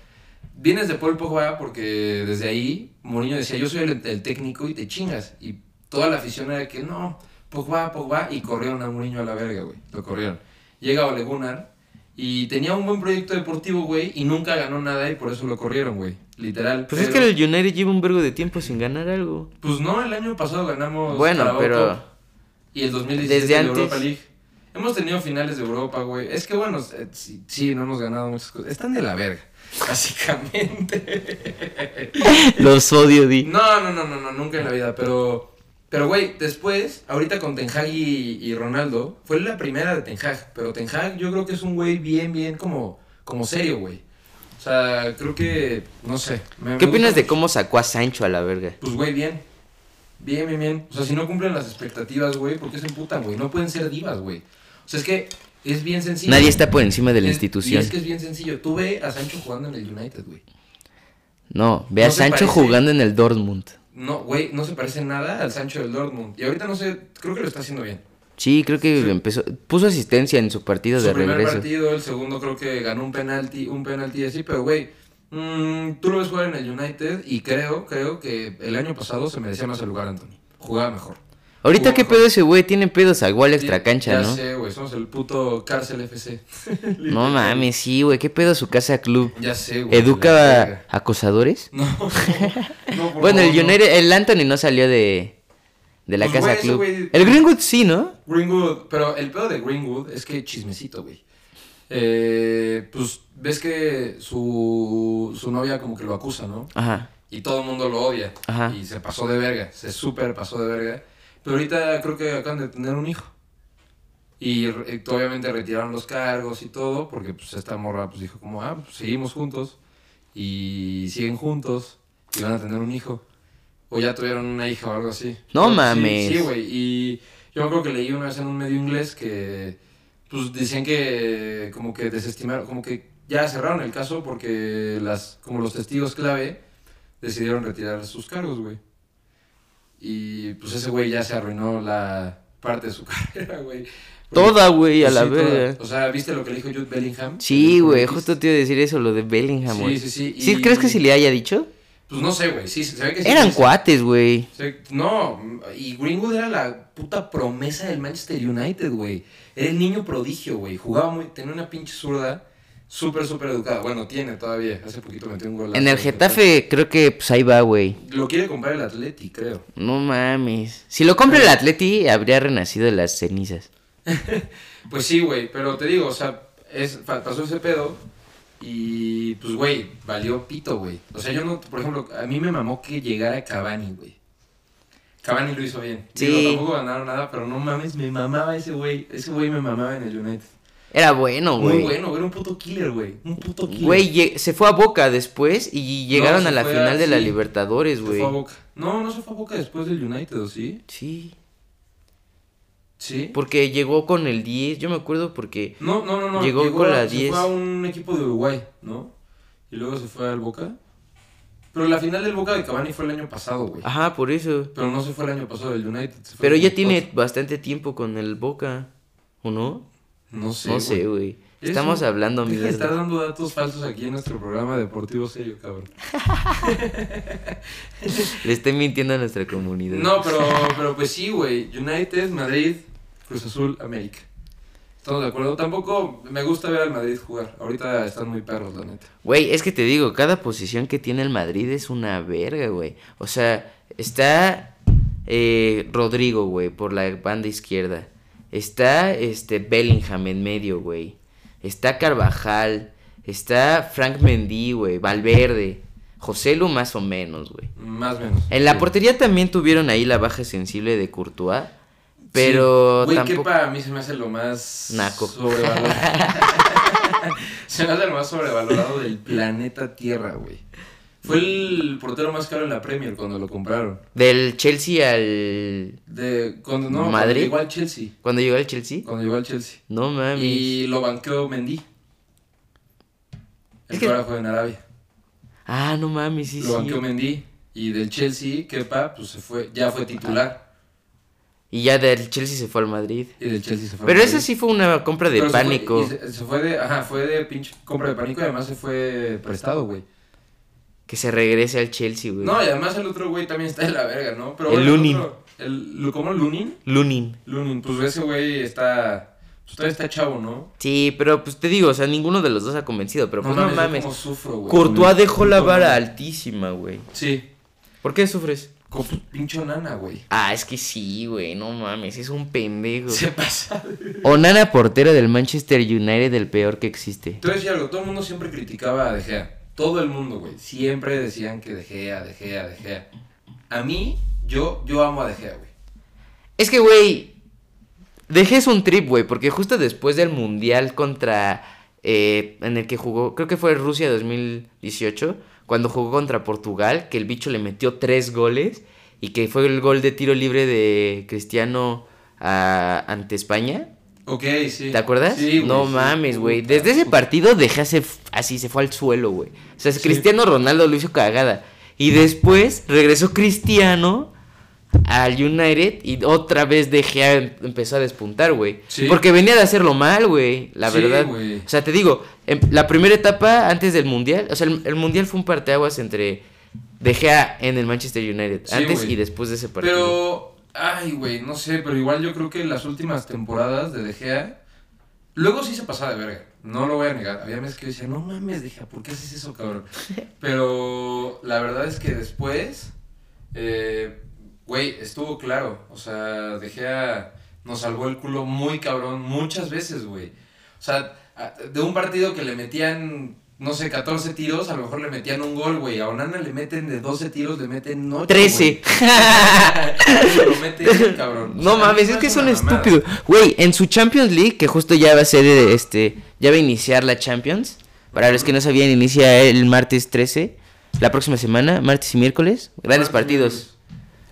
[SPEAKER 2] vienes de Paul Pogba porque desde ahí Mourinho decía, yo soy el, el técnico y te chingas. Y toda la afición era que no, Pogba, Pogba, y corrieron a Mourinho a la verga, güey, lo corrieron. Llega Ole Gunnar y tenía un buen proyecto deportivo, güey, y nunca ganó nada y por eso lo corrieron, güey, literal.
[SPEAKER 3] Pues es que
[SPEAKER 2] pero-
[SPEAKER 3] el United lleva un vergo de tiempo sin ganar algo.
[SPEAKER 2] Pues no, el año pasado ganamos
[SPEAKER 3] Bueno,
[SPEAKER 2] Carabao
[SPEAKER 3] pero-
[SPEAKER 2] Cup y el 2017
[SPEAKER 3] Desde
[SPEAKER 2] de
[SPEAKER 3] antes.
[SPEAKER 2] Europa League. Hemos tenido finales de Europa, güey. Es que bueno, eh, sí, sí, no hemos ganado muchas cosas. Están de la verga, básicamente.
[SPEAKER 3] Los odio, Di.
[SPEAKER 2] No, no, no, no, no, nunca en la vida, pero pero güey, después, ahorita con Ten Hag y, y Ronaldo, fue la primera de Ten Hag, pero Ten Hag yo creo que es un güey bien bien como como serio, güey. O sea, creo que no sé. me-
[SPEAKER 3] ¿Qué
[SPEAKER 2] me
[SPEAKER 3] opinas
[SPEAKER 2] gusta
[SPEAKER 3] de cómo sacó a Sancho a la verga?
[SPEAKER 2] Pues, güey, bien. Bien, bien, bien. O sea, si no cumplen las expectativas, güey, ¿por qué se emputan, güey? No pueden ser divas, güey. O sea, es que es bien sencillo.
[SPEAKER 3] Nadie está por encima de la
[SPEAKER 2] Es-
[SPEAKER 3] institución.
[SPEAKER 2] Y es que es bien sencillo. Tú ve a Sancho jugando en el United, güey.
[SPEAKER 3] No, ve a
[SPEAKER 2] ¿No te
[SPEAKER 3] Sancho
[SPEAKER 2] parece?
[SPEAKER 3] jugando en el Dortmund.
[SPEAKER 2] No, güey, no se parece nada al Sancho del Dortmund. Y ahorita no sé, creo que lo está haciendo bien.
[SPEAKER 3] Sí, creo que empezó. Puso asistencia en su partido
[SPEAKER 2] Su
[SPEAKER 3] de
[SPEAKER 2] primer
[SPEAKER 3] regreso.
[SPEAKER 2] partido, el segundo creo que ganó un penalti, un penalti así, pero, güey, mm, tú lo ves jugar en el United y creo, creo que el año pasado se merecía más el lugar, Anthony. Jugaba mejor.
[SPEAKER 3] Ahorita,
[SPEAKER 2] Jugó
[SPEAKER 3] ¿qué
[SPEAKER 2] mejor.
[SPEAKER 3] pedo ese güey? Tiene pedos al igual extra
[SPEAKER 2] Sí,
[SPEAKER 3] cancha,
[SPEAKER 2] ya
[SPEAKER 3] ¿no?
[SPEAKER 2] sé, güey, somos el puto cárcel FC.
[SPEAKER 3] No mames, sí, güey. ¿Qué pedo su casa club?
[SPEAKER 2] Ya sé, güey. la
[SPEAKER 3] ¿Educa a
[SPEAKER 2] verga.
[SPEAKER 3] acosadores?
[SPEAKER 2] No. no, por
[SPEAKER 3] Bueno, el
[SPEAKER 2] favor, no.
[SPEAKER 3] United, el Anthony no salió de, de la
[SPEAKER 2] Pues,
[SPEAKER 3] casa
[SPEAKER 2] güey, ese
[SPEAKER 3] club.
[SPEAKER 2] güey-
[SPEAKER 3] El Greenwood sí, ¿no?
[SPEAKER 2] Greenwood, pero el pedo de Greenwood es que chismecito, güey. Eh, pues ves que su, su novia como que lo acusa, ¿no?
[SPEAKER 3] Ajá.
[SPEAKER 2] Y todo el mundo lo odia.
[SPEAKER 3] Ajá.
[SPEAKER 2] Y se pasó de verga, se super pasó de verga. Pero ahorita creo que acaban de tener un hijo. Y re- obviamente retiraron los cargos y todo, porque pues esta morra pues dijo como, ah, pues seguimos juntos. Y siguen juntos y van a tener un hijo. O ya tuvieron una hija o algo así.
[SPEAKER 3] No
[SPEAKER 2] Sí,
[SPEAKER 3] mames.
[SPEAKER 2] Sí, güey. Y yo creo que leí una vez en un medio inglés que pues decían que como que desestimaron, como que ya cerraron el caso porque las como los testigos clave decidieron retirar sus cargos, güey. Y pues ese güey ya se arruinó la parte de su carrera, güey. Porque-
[SPEAKER 3] Toda, güey, a
[SPEAKER 2] Pues Sí,
[SPEAKER 3] la
[SPEAKER 2] toda.
[SPEAKER 3] verga.
[SPEAKER 2] O sea, ¿viste lo que le dijo Jude Bellingham?
[SPEAKER 3] Sí,
[SPEAKER 2] El
[SPEAKER 3] güey,
[SPEAKER 2] futbolista.
[SPEAKER 3] justo te iba a decir eso, lo de Bellingham,
[SPEAKER 2] Sí,
[SPEAKER 3] güey.
[SPEAKER 2] sí, sí, y-
[SPEAKER 3] ¿Sí crees que si le haya dicho?
[SPEAKER 2] Pues no sé, güey. Sí, se ve que sí.
[SPEAKER 3] Eran
[SPEAKER 2] sí,
[SPEAKER 3] cuates, güey.
[SPEAKER 2] se- No, y Greenwood era la puta promesa del Manchester United, güey. Era el niño prodigio, güey. Jugaba muy. Tenía una pinche zurda súper, súper educada. Bueno, tiene todavía. Hace poquito metió un gol.
[SPEAKER 3] En el Getafe creo que pues ahí va, güey.
[SPEAKER 2] Lo quiere comprar el Atleti, creo.
[SPEAKER 3] No mames. Si lo compra el Atleti, habría renacido de las cenizas.
[SPEAKER 2] Pues sí, güey, pero te digo, o sea, es, fa- pasó ese pedo y pues, güey, valió pito, güey. O sea, yo no, por ejemplo, a mí me mamó que llegara Cavani, güey. Cavani lo hizo bien.
[SPEAKER 3] Sí.
[SPEAKER 2] Digo, tampoco ganaron nada, pero no mames, me mamaba ese güey. Ese güey me mamaba en el United.
[SPEAKER 3] Era bueno,
[SPEAKER 2] Muy
[SPEAKER 3] güey.
[SPEAKER 2] bueno, era un puto killer, güey. Un puto killer.
[SPEAKER 3] Güey, lle- se fue a Boca después y llegaron
[SPEAKER 2] se
[SPEAKER 3] a la
[SPEAKER 2] fue a-
[SPEAKER 3] final de la
[SPEAKER 2] sí.
[SPEAKER 3] Libertadores,
[SPEAKER 2] Se
[SPEAKER 3] güey.
[SPEAKER 2] fue a Boca. No, no se fue a Boca después del United, ¿o sí?
[SPEAKER 3] Sí,
[SPEAKER 2] Sí.
[SPEAKER 3] porque llegó con el 10, yo me acuerdo porque...
[SPEAKER 2] No, no, no, no.
[SPEAKER 3] Llegó con
[SPEAKER 2] a-
[SPEAKER 3] la
[SPEAKER 2] se
[SPEAKER 3] 10.
[SPEAKER 2] fue a un equipo de Uruguay, ¿no? Y luego se fue al Boca. Pero la final del Boca de Cavani fue el año pasado, güey.
[SPEAKER 3] Ajá, por eso.
[SPEAKER 2] Pero no se fue el año pasado del United. se fue
[SPEAKER 3] Pero
[SPEAKER 2] el
[SPEAKER 3] ya
[SPEAKER 2] 2004.
[SPEAKER 3] tiene bastante tiempo con el Boca, ¿o no?
[SPEAKER 2] No sé.
[SPEAKER 3] no sé,
[SPEAKER 2] güey.
[SPEAKER 3] güey.
[SPEAKER 2] Eres
[SPEAKER 3] Estamos
[SPEAKER 2] un-
[SPEAKER 3] hablando
[SPEAKER 2] Deja de estar
[SPEAKER 3] mierda.
[SPEAKER 2] dando datos falsos aquí en nuestro programa deportivo serio, cabrón.
[SPEAKER 3] Le estoy mintiendo a nuestra comunidad.
[SPEAKER 2] No, pero, pero pues sí, güey. United, Madrid, Cruz Azul, América. Estamos de acuerdo. Tampoco me gusta ver al Madrid jugar. Ahorita están muy perros, la neta.
[SPEAKER 3] Güey, es que te digo, cada posición que tiene el Madrid es una verga, güey. O sea, está eh, Rodrigo, güey, por la banda izquierda. Está este Bellingham en medio, güey. Está Carvajal. Está Frank Mendy, güey. Valverde. José Lu más o menos, güey.
[SPEAKER 2] Más o menos.
[SPEAKER 3] En la
[SPEAKER 2] Sí.
[SPEAKER 3] portería también tuvieron ahí la baja sensible de Courtois. Pero
[SPEAKER 2] Güey,
[SPEAKER 3] tampoco...
[SPEAKER 2] Kepa a mí se me hace lo más...
[SPEAKER 3] Naco.
[SPEAKER 2] Sobrevalorado. se me hace lo más sobrevalorado del planeta Tierra, güey. Fue el portero más caro en la Premier cuando lo compraron.
[SPEAKER 3] Del Chelsea al...
[SPEAKER 2] De, cuando, no,
[SPEAKER 3] ¿Madrid?
[SPEAKER 2] cuando llegó al Chelsea.
[SPEAKER 3] Cuando llegó al Chelsea.
[SPEAKER 2] Cuando llegó al Chelsea.
[SPEAKER 3] No mames.
[SPEAKER 2] Y lo banqueó Mendy. El
[SPEAKER 3] Es que-
[SPEAKER 2] que ahora juega en Arabia.
[SPEAKER 3] Ah, no mames, sí,
[SPEAKER 2] lo
[SPEAKER 3] sí.
[SPEAKER 2] banqueó Mendy. Y del Chelsea, Kepa, pues se fue, ya fue titular.
[SPEAKER 3] Y ya del Chelsea se fue al Madrid.
[SPEAKER 2] Y del Chelsea se fue.
[SPEAKER 3] Pero
[SPEAKER 2] ese
[SPEAKER 3] esa sí fue una compra de
[SPEAKER 2] Pero se fue-
[SPEAKER 3] pánico.
[SPEAKER 2] y Se se fue, de, ajá, fue de pinche compra de pánico y además se fue prestado, güey.
[SPEAKER 3] Que se regrese al Chelsea, güey.
[SPEAKER 2] No, y además el otro güey también está de la verga, ¿no? Pero
[SPEAKER 3] El
[SPEAKER 2] bueno,
[SPEAKER 3] Lunin.
[SPEAKER 2] otro- el, lo- ¿Cómo? ¿Lunin?
[SPEAKER 3] Lunin.
[SPEAKER 2] Lunin, pues ese güey está, pues todavía está chavo, ¿no?
[SPEAKER 3] Sí, pero pues te digo, o sea, ninguno de los dos ha convencido. Pero pues no,
[SPEAKER 2] yo
[SPEAKER 3] mames.
[SPEAKER 2] cómo sufro, güey.
[SPEAKER 3] Courtois
[SPEAKER 2] Con-
[SPEAKER 3] dejó
[SPEAKER 2] con
[SPEAKER 3] la
[SPEAKER 2] todo.
[SPEAKER 3] vara altísima, güey.
[SPEAKER 2] Sí,
[SPEAKER 3] ¿Por qué sufres?
[SPEAKER 2] con su pinche nana, güey.
[SPEAKER 3] Ah, es que sí, güey, no mames, es un pendejo.
[SPEAKER 2] Se pasa.
[SPEAKER 3] Onana portero del Manchester United, el peor que existe.
[SPEAKER 2] Te voy a decir algo, todo el mundo siempre criticaba a De Gea. Todo el mundo, güey. Siempre decían que De Gea, De Gea, De Gea. A mí, yo, yo amo a De Gea, güey.
[SPEAKER 3] Es que, güey, dejes un trip, güey, porque justo después del Mundial contra... eh, en el que jugó, creo que fue Rusia 2018, cuando jugó contra Portugal, que el bicho le metió tres goles y que fue el gol de tiro libre de Cristiano ah, ante España.
[SPEAKER 2] Ok, sí.
[SPEAKER 3] ¿Te acuerdas?
[SPEAKER 2] Sí, güey,
[SPEAKER 3] no
[SPEAKER 2] sí.
[SPEAKER 3] mames, güey.
[SPEAKER 2] Puta,
[SPEAKER 3] Desde ese
[SPEAKER 2] puta.
[SPEAKER 3] partido dejé hace- así, se fue al suelo, güey. O sea,
[SPEAKER 2] Sí.
[SPEAKER 3] Cristiano Ronaldo lo hizo cagada. Y después regresó Cristiano al United y otra vez dejé a- empezó a despuntar, güey.
[SPEAKER 2] Sí.
[SPEAKER 3] Porque venía de hacerlo mal, güey. La
[SPEAKER 2] Sí,
[SPEAKER 3] verdad.
[SPEAKER 2] güey.
[SPEAKER 3] O sea, te digo, em- la primera etapa antes del Mundial, o sea, el, el Mundial fue un parteaguas entre dejé en el Manchester United,
[SPEAKER 2] Sí,
[SPEAKER 3] antes
[SPEAKER 2] güey.
[SPEAKER 3] y después de ese partido.
[SPEAKER 2] Pero, ay, güey, no sé, pero igual yo creo que las últimas temporadas de De Gea, luego sí se pasaba de verga, no lo voy a negar. Había meses que yo decía, no mames, De Gea, ¿por qué haces eso, cabrón? Pero la verdad es que después, eh, güey, estuvo claro, o sea, De Gea nos salvó el culo muy cabrón muchas veces, güey. O sea, a- de un partido que le metían... No sé, 14 tiros, a lo mejor le metían un gol, güey. A Onana le meten de 12 tiros, le meten 8.
[SPEAKER 3] 13.
[SPEAKER 2] Lo mete, cabrón. O
[SPEAKER 3] No
[SPEAKER 2] sea,
[SPEAKER 3] mames,
[SPEAKER 2] a
[SPEAKER 3] es
[SPEAKER 2] mí
[SPEAKER 3] que
[SPEAKER 2] se me hace
[SPEAKER 3] son
[SPEAKER 2] una mamada.
[SPEAKER 3] estúpidos. Güey, en su Champions League, que justo ya va a ser eh, este, ya va a iniciar la Champions. Para los que no sabían, inicia el martes 13, la próxima semana, martes y miércoles. Grandes
[SPEAKER 2] Martes,
[SPEAKER 3] partidos.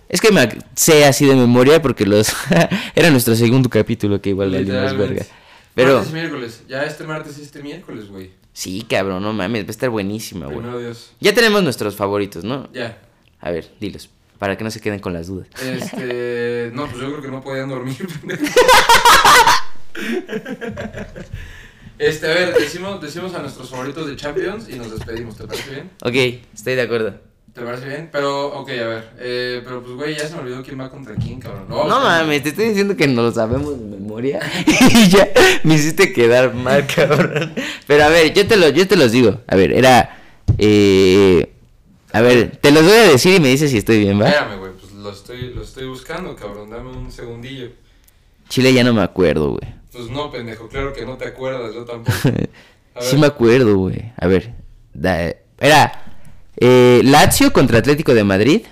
[SPEAKER 3] Es que me sé así de memoria porque los era nuestro segundo capítulo que igual valió más
[SPEAKER 2] Literalmente.
[SPEAKER 3] verga. Pero
[SPEAKER 2] Martes y miércoles. Ya este martes y este miércoles, güey.
[SPEAKER 3] sí, cabrón, no mames, va a estar buenísima, güey.
[SPEAKER 2] Primero Dios.
[SPEAKER 3] Ya tenemos nuestros favoritos, ¿no?
[SPEAKER 2] Ya.
[SPEAKER 3] A ver, dilos, para que no se queden con las dudas.
[SPEAKER 2] Este. No, pues yo creo que no podían dormir, pendejo. Este, a ver, decimos, decimos a nuestros favoritos de Champions y nos despedimos, ¿te parece bien?
[SPEAKER 3] Ok, estoy de acuerdo.
[SPEAKER 2] ¿Te ¿Te parece bien? Pero, ok, a ver. eh, pero pues, güey, ya se me olvidó quién va contra quién, cabrón. o
[SPEAKER 3] No
[SPEAKER 2] sea,
[SPEAKER 3] mames, te estoy diciendo que no lo sabemos de memoria y ya me hiciste quedar mal, cabrón. Pero a ver, yo te, lo, yo te los digo. A ver, era... eh, a ver, te los voy a decir y me dices si estoy bien, ¿va?
[SPEAKER 2] Espérame, güey, pues lo estoy, lo estoy buscando, cabrón. Dame un segundillo.
[SPEAKER 3] Chile ya no me acuerdo, güey.
[SPEAKER 2] Pues no, pendejo, claro que no te acuerdas, yo tampoco. A ver.
[SPEAKER 3] Sí me acuerdo, güey. A ver, da- era eh, Lazio contra Atlético de Madrid.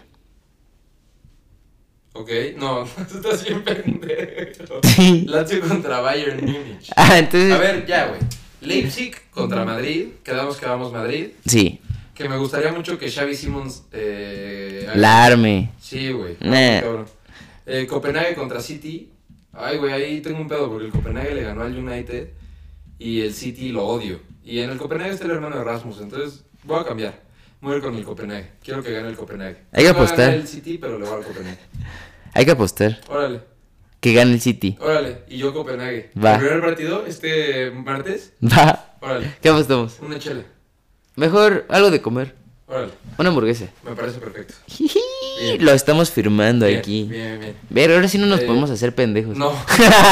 [SPEAKER 2] Ok, no, tú estás bien pendejo.
[SPEAKER 3] Sí.
[SPEAKER 2] Lazio contra Bayern Múnich.
[SPEAKER 3] Ah, entonces...
[SPEAKER 2] A ver, ya, güey. Leipzig contra Madrid. Quedamos que vamos Madrid.
[SPEAKER 3] Sí,
[SPEAKER 2] Que me gustaría mucho que Xavi Simons... Eh, haga-
[SPEAKER 3] la arme.
[SPEAKER 2] Sí, güey.
[SPEAKER 3] Nah.
[SPEAKER 2] Ah, cabrón. Eh, Copenhague contra City. Ay, güey, ahí tengo un pedo porque el Copenhague le ganó al United y el City lo odio. Y en el Copenhague está el hermano de Rasmus, entonces voy a cambiar. Voy a ir con el Copenhague. Quiero que gane el Copenhague.
[SPEAKER 3] Hay que
[SPEAKER 2] No va a ganar
[SPEAKER 3] apostar.
[SPEAKER 2] el City, pero le voy al Copenhague.
[SPEAKER 3] Hay que apostar.
[SPEAKER 2] Órale,
[SPEAKER 3] Que gane el City.
[SPEAKER 2] órale. Y yo Copenhague.
[SPEAKER 3] Va.
[SPEAKER 2] El primer partido, este martes.
[SPEAKER 3] Va.
[SPEAKER 2] Órale.
[SPEAKER 3] ¿Qué apostamos?
[SPEAKER 2] Una chela.
[SPEAKER 3] Mejor algo de comer.
[SPEAKER 2] Órale.
[SPEAKER 3] Una hamburguesa.
[SPEAKER 2] Me parece perfecto.
[SPEAKER 3] Jiji,
[SPEAKER 2] Bien.
[SPEAKER 3] Lo estamos firmando
[SPEAKER 2] Bien,
[SPEAKER 3] aquí.
[SPEAKER 2] Bien, bien.
[SPEAKER 3] Ver, ahora sí no nos
[SPEAKER 2] Eh,
[SPEAKER 3] podemos hacer pendejos.
[SPEAKER 2] No.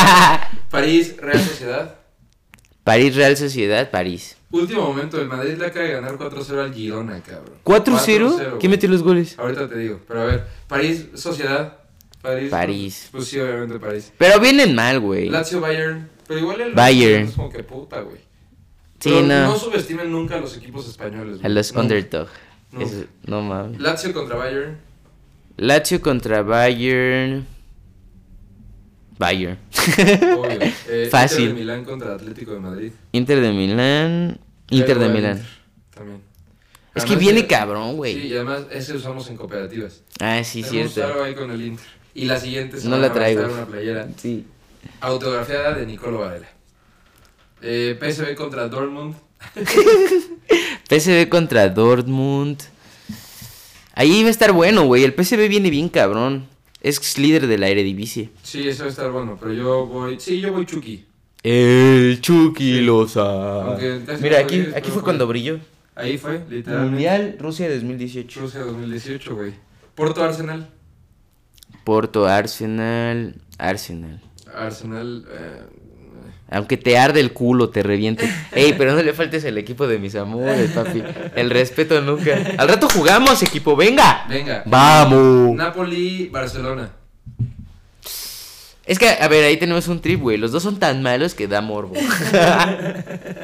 [SPEAKER 2] París, Real Sociedad.
[SPEAKER 3] París, Real Sociedad, París.
[SPEAKER 2] Último momento, el Madrid le acaba de ganar 4-0 al Girona, cabrón.
[SPEAKER 3] 4-0. ¿Quién
[SPEAKER 2] güey.
[SPEAKER 3] metió los goles?
[SPEAKER 2] Ahorita te digo, pero a ver, París, Sociedad, París.
[SPEAKER 3] París.
[SPEAKER 2] Pues sí, obviamente París.
[SPEAKER 3] Pero vienen mal, güey.
[SPEAKER 2] Lazio, Bayern, pero igual el
[SPEAKER 3] Bayern.
[SPEAKER 2] es como que puta, güey.
[SPEAKER 3] Sí,
[SPEAKER 2] Pero
[SPEAKER 3] no.
[SPEAKER 2] No subestimen nunca a los equipos españoles.
[SPEAKER 3] A
[SPEAKER 2] güey.
[SPEAKER 3] los
[SPEAKER 2] No.
[SPEAKER 3] underdog.
[SPEAKER 2] No.
[SPEAKER 3] Eso- no mames.
[SPEAKER 2] Lazio contra Bayern.
[SPEAKER 3] Lazio contra Bayern. Bayern.
[SPEAKER 2] Obvio. Eh,
[SPEAKER 3] Fácil.
[SPEAKER 2] Inter de Milán contra Atlético de Madrid.
[SPEAKER 3] Inter de Milán. Inter
[SPEAKER 2] Pero
[SPEAKER 3] de
[SPEAKER 2] el
[SPEAKER 3] Milán.
[SPEAKER 2] Inter También.
[SPEAKER 3] Es
[SPEAKER 2] Además,
[SPEAKER 3] que viene
[SPEAKER 2] eh,
[SPEAKER 3] cabrón, güey.
[SPEAKER 2] Sí, y además ese usamos en cooperativas.
[SPEAKER 3] Ah, sí,
[SPEAKER 2] Tenemos
[SPEAKER 3] cierto.
[SPEAKER 2] algo ahí con el Inter. Y la siguiente
[SPEAKER 3] No la
[SPEAKER 2] semana va a estar
[SPEAKER 3] traigo.
[SPEAKER 2] una playera
[SPEAKER 3] Sí.
[SPEAKER 2] Autografiada de Nicolo Varela. Eh, PSV contra Dortmund.
[SPEAKER 3] PSV contra Dortmund. Ahí va a estar bueno, güey. El PSV viene bien cabrón. Es ex líder de la Eredivisie.
[SPEAKER 2] Sí, eso va a estar bueno, pero yo voy. Sí, yo voy Chucky.
[SPEAKER 3] El Chucky Loza.
[SPEAKER 2] Aunque casi
[SPEAKER 3] Mira,
[SPEAKER 2] no
[SPEAKER 3] aquí, aquí
[SPEAKER 2] juegues, pero
[SPEAKER 3] fue
[SPEAKER 2] juegues.
[SPEAKER 3] cuando brilló.
[SPEAKER 2] Ahí fue, literalmente.
[SPEAKER 3] Mundial Rusia 2018.
[SPEAKER 2] Rusia 2018, güey. Porto Arsenal.
[SPEAKER 3] Porto, Arsenal, Arsenal.
[SPEAKER 2] Arsenal. eh,
[SPEAKER 3] Aunque te arde el culo, te reviente. Ey, pero no le faltes al equipo de mis amores, papi. El respeto nunca. Al rato jugamos, equipo, venga.
[SPEAKER 2] venga.
[SPEAKER 3] Vamos.
[SPEAKER 2] Napoli, Barcelona.
[SPEAKER 3] Es que, a ver, ahí tenemos un trip, güey. Los dos son tan malos que da morbo.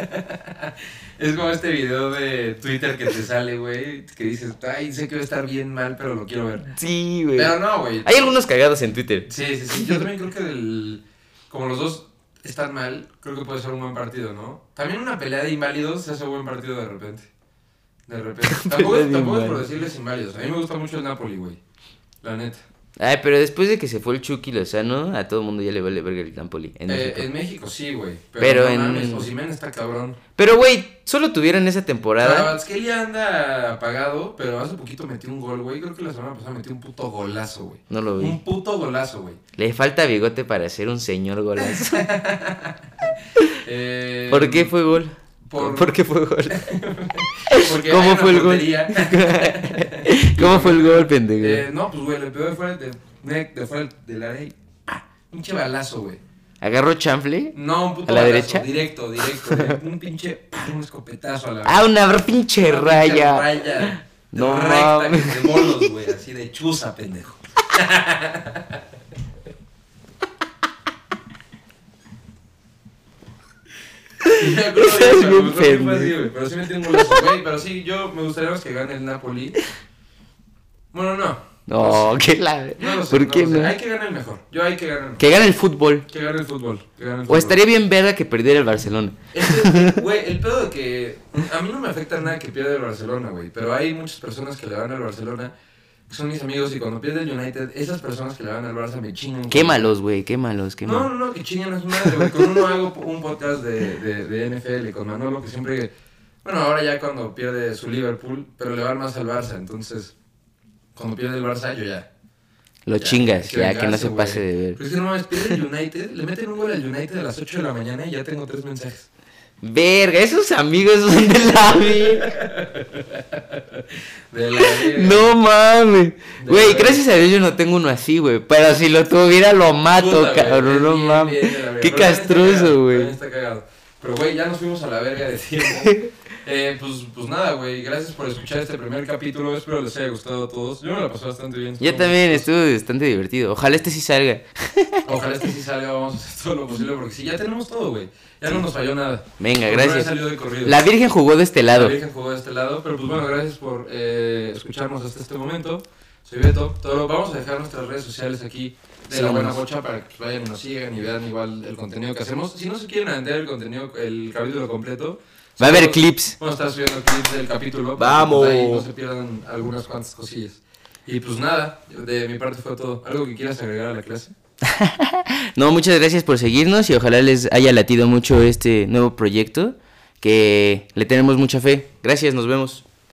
[SPEAKER 2] Es como este video de Twitter que te sale, güey. Que dices, ay, sé que va a estar bien mal, pero lo quiero ver.
[SPEAKER 3] Sí, güey.
[SPEAKER 2] Pero no, güey.
[SPEAKER 3] Hay algunos cagados en Twitter.
[SPEAKER 2] Sí, sí, sí. Yo también creo que del, como los dos están mal, creo que puede ser un buen partido, ¿no? También una pelea de inválidos se hace buen partido de repente. De repente. Tampoco,
[SPEAKER 3] Pelea de
[SPEAKER 2] tampoco es por
[SPEAKER 3] inválidos.
[SPEAKER 2] decirles inválidos. A mí me gusta mucho el Napoli, güey. La neta.
[SPEAKER 3] Ay, pero después de que se fue el Chucky Lozano, a todo el mundo ya le vale verga el Tampoli en
[SPEAKER 2] Eh,
[SPEAKER 3] México.
[SPEAKER 2] en México sí, güey. Pero,
[SPEAKER 3] Pero
[SPEAKER 2] no
[SPEAKER 3] en-
[SPEAKER 2] mames, Osimhen está cabrón.
[SPEAKER 3] Pero, güey, solo tuvieron esa temporada.
[SPEAKER 2] Kvaratskhelia anda apagado, pero hace poquito metió un gol, güey. Creo que la semana pasada metió un puto golazo, güey.
[SPEAKER 3] No lo vi.
[SPEAKER 2] Un puto golazo, güey.
[SPEAKER 3] Le falta bigote para ser un señor golazo.
[SPEAKER 2] Eh,
[SPEAKER 3] ¿Por qué fue gol?
[SPEAKER 2] por-
[SPEAKER 3] ¿Por qué fue gol?
[SPEAKER 2] Porque
[SPEAKER 3] ¿Cómo
[SPEAKER 2] hay una
[SPEAKER 3] fue el gol?
[SPEAKER 2] portería.
[SPEAKER 3] ¿Cómo fue el gol, pendejo?
[SPEAKER 2] Eh, no, pues, güey, le pegó de fuera, de, de, de fuera del área y ¡pa! pinche balazo, güey.
[SPEAKER 3] ¿Agarró chanfle?
[SPEAKER 2] No, un puto
[SPEAKER 3] ¿A la
[SPEAKER 2] balazo,
[SPEAKER 3] derecha?
[SPEAKER 2] Directo, directo. güey. un pinche, ¡pa! un escopetazo a la
[SPEAKER 3] ¡Ah, una pinche
[SPEAKER 2] Una pinche
[SPEAKER 3] raya!
[SPEAKER 2] raya
[SPEAKER 3] No
[SPEAKER 2] recta,
[SPEAKER 3] mames.
[SPEAKER 2] que de bolos, güey, así de chuza, pendejo. Me acuerdo de
[SPEAKER 3] Estás
[SPEAKER 2] eso,
[SPEAKER 3] bien
[SPEAKER 2] me acuerdo que fue así,
[SPEAKER 3] pendejo.
[SPEAKER 2] güey, Pero sí me tengo un lazo, güey. Pero sí, yo me gustaría más que gane el Napoli. Bueno, no.
[SPEAKER 3] No, qué la...
[SPEAKER 2] No lo sé,
[SPEAKER 3] ¿Por
[SPEAKER 2] no
[SPEAKER 3] qué
[SPEAKER 2] lo sé.
[SPEAKER 3] no?
[SPEAKER 2] Hay que ganar el mejor. Yo hay que ganar el mejor.
[SPEAKER 3] Que gane el fútbol.
[SPEAKER 2] Que gane el fútbol. Que gane el
[SPEAKER 3] O
[SPEAKER 2] fútbol.
[SPEAKER 3] estaría bien verga que perdiera el Barcelona.
[SPEAKER 2] Es que, güey, el pedo de que. A mí no me afecta nada que pierda el Barcelona, güey. Pero hay muchas personas que le van al Barcelona, que son mis amigos, y cuando pierde el United, esas personas que le van al Barça me chingan. güey.
[SPEAKER 3] Quémalos, güey, quémalos, quémalos.
[SPEAKER 2] No, no, no, que chingan a su madre, güey. Con uno hago un podcast de, de, de NFL con Manolo, que siempre. Bueno, ahora ya cuando pierde su Liverpool, pero le van más al Barça, entonces. Cuando pierde el Barça, yo ya.
[SPEAKER 3] Lo
[SPEAKER 2] Ya, hay
[SPEAKER 3] chingas, ya, que no
[SPEAKER 2] vengarse,
[SPEAKER 3] se pase
[SPEAKER 2] güey.
[SPEAKER 3] de ver.
[SPEAKER 2] Pero es que no mames, pierde el United, le meten un gol al United a las 8 de la mañana y ya tengo tres mensajes.
[SPEAKER 3] Verga, esos amigos son de la vida.
[SPEAKER 2] De la vida.
[SPEAKER 3] No mames.
[SPEAKER 2] De
[SPEAKER 3] Güey,
[SPEAKER 2] verdad.
[SPEAKER 3] gracias a Dios yo no tengo uno así, güey. Pero si lo tuviera lo mato,
[SPEAKER 2] Puta, güey,
[SPEAKER 3] cabrón.
[SPEAKER 2] bien,
[SPEAKER 3] No
[SPEAKER 2] bien,
[SPEAKER 3] mames.
[SPEAKER 2] bien, de la verga.
[SPEAKER 3] Qué
[SPEAKER 2] Pero también está cagado,
[SPEAKER 3] castroso, güey.
[SPEAKER 2] también está cagado. Pero, güey, ya nos fuimos a la verga de tiempo. Eh, pues, pues nada, güey. Gracias por escuchar este primer capítulo. Espero les haya gustado a todos. Yo me la pasé bastante bien.
[SPEAKER 3] Ya
[SPEAKER 2] estuvo
[SPEAKER 3] también
[SPEAKER 2] muy-
[SPEAKER 3] estuvo bastante divertido. Ojalá este sí salga.
[SPEAKER 2] Ojalá este sí salga. Vamos a hacer todo lo posible porque sí, ya tenemos todo, güey. Ya no nos falló nada.
[SPEAKER 3] Venga, gracias.
[SPEAKER 2] Por primera vez salió de corrido.
[SPEAKER 3] La Virgen jugó de este
[SPEAKER 2] La
[SPEAKER 3] lado.
[SPEAKER 2] Virgen jugó de este lado. Pero, pues bueno, gracias por eh, escucharnos hasta este momento. Soy Beto. Toro. Vamos a dejar nuestras redes sociales aquí de la
[SPEAKER 3] Síganos.
[SPEAKER 2] buena bocha para que pues, vayan y nos sigan y vean igual el contenido que hacemos. Si no se quieren aventar el contenido, el capítulo completo.
[SPEAKER 3] Va a haber
[SPEAKER 2] solo-
[SPEAKER 3] clips.
[SPEAKER 2] Vamos a estar subiendo clips del capítulo.
[SPEAKER 1] ¡Vamos!
[SPEAKER 2] Para que pues, ahí no se pierdan algunas cuantas cosillas. Y pues nada, de mi parte fue todo. ¿Algo que quieras agregar a la clase?
[SPEAKER 3] No, muchas gracias por seguirnos y ojalá les haya latido mucho este nuevo proyecto que le tenemos mucha fe. Gracias, nos vemos.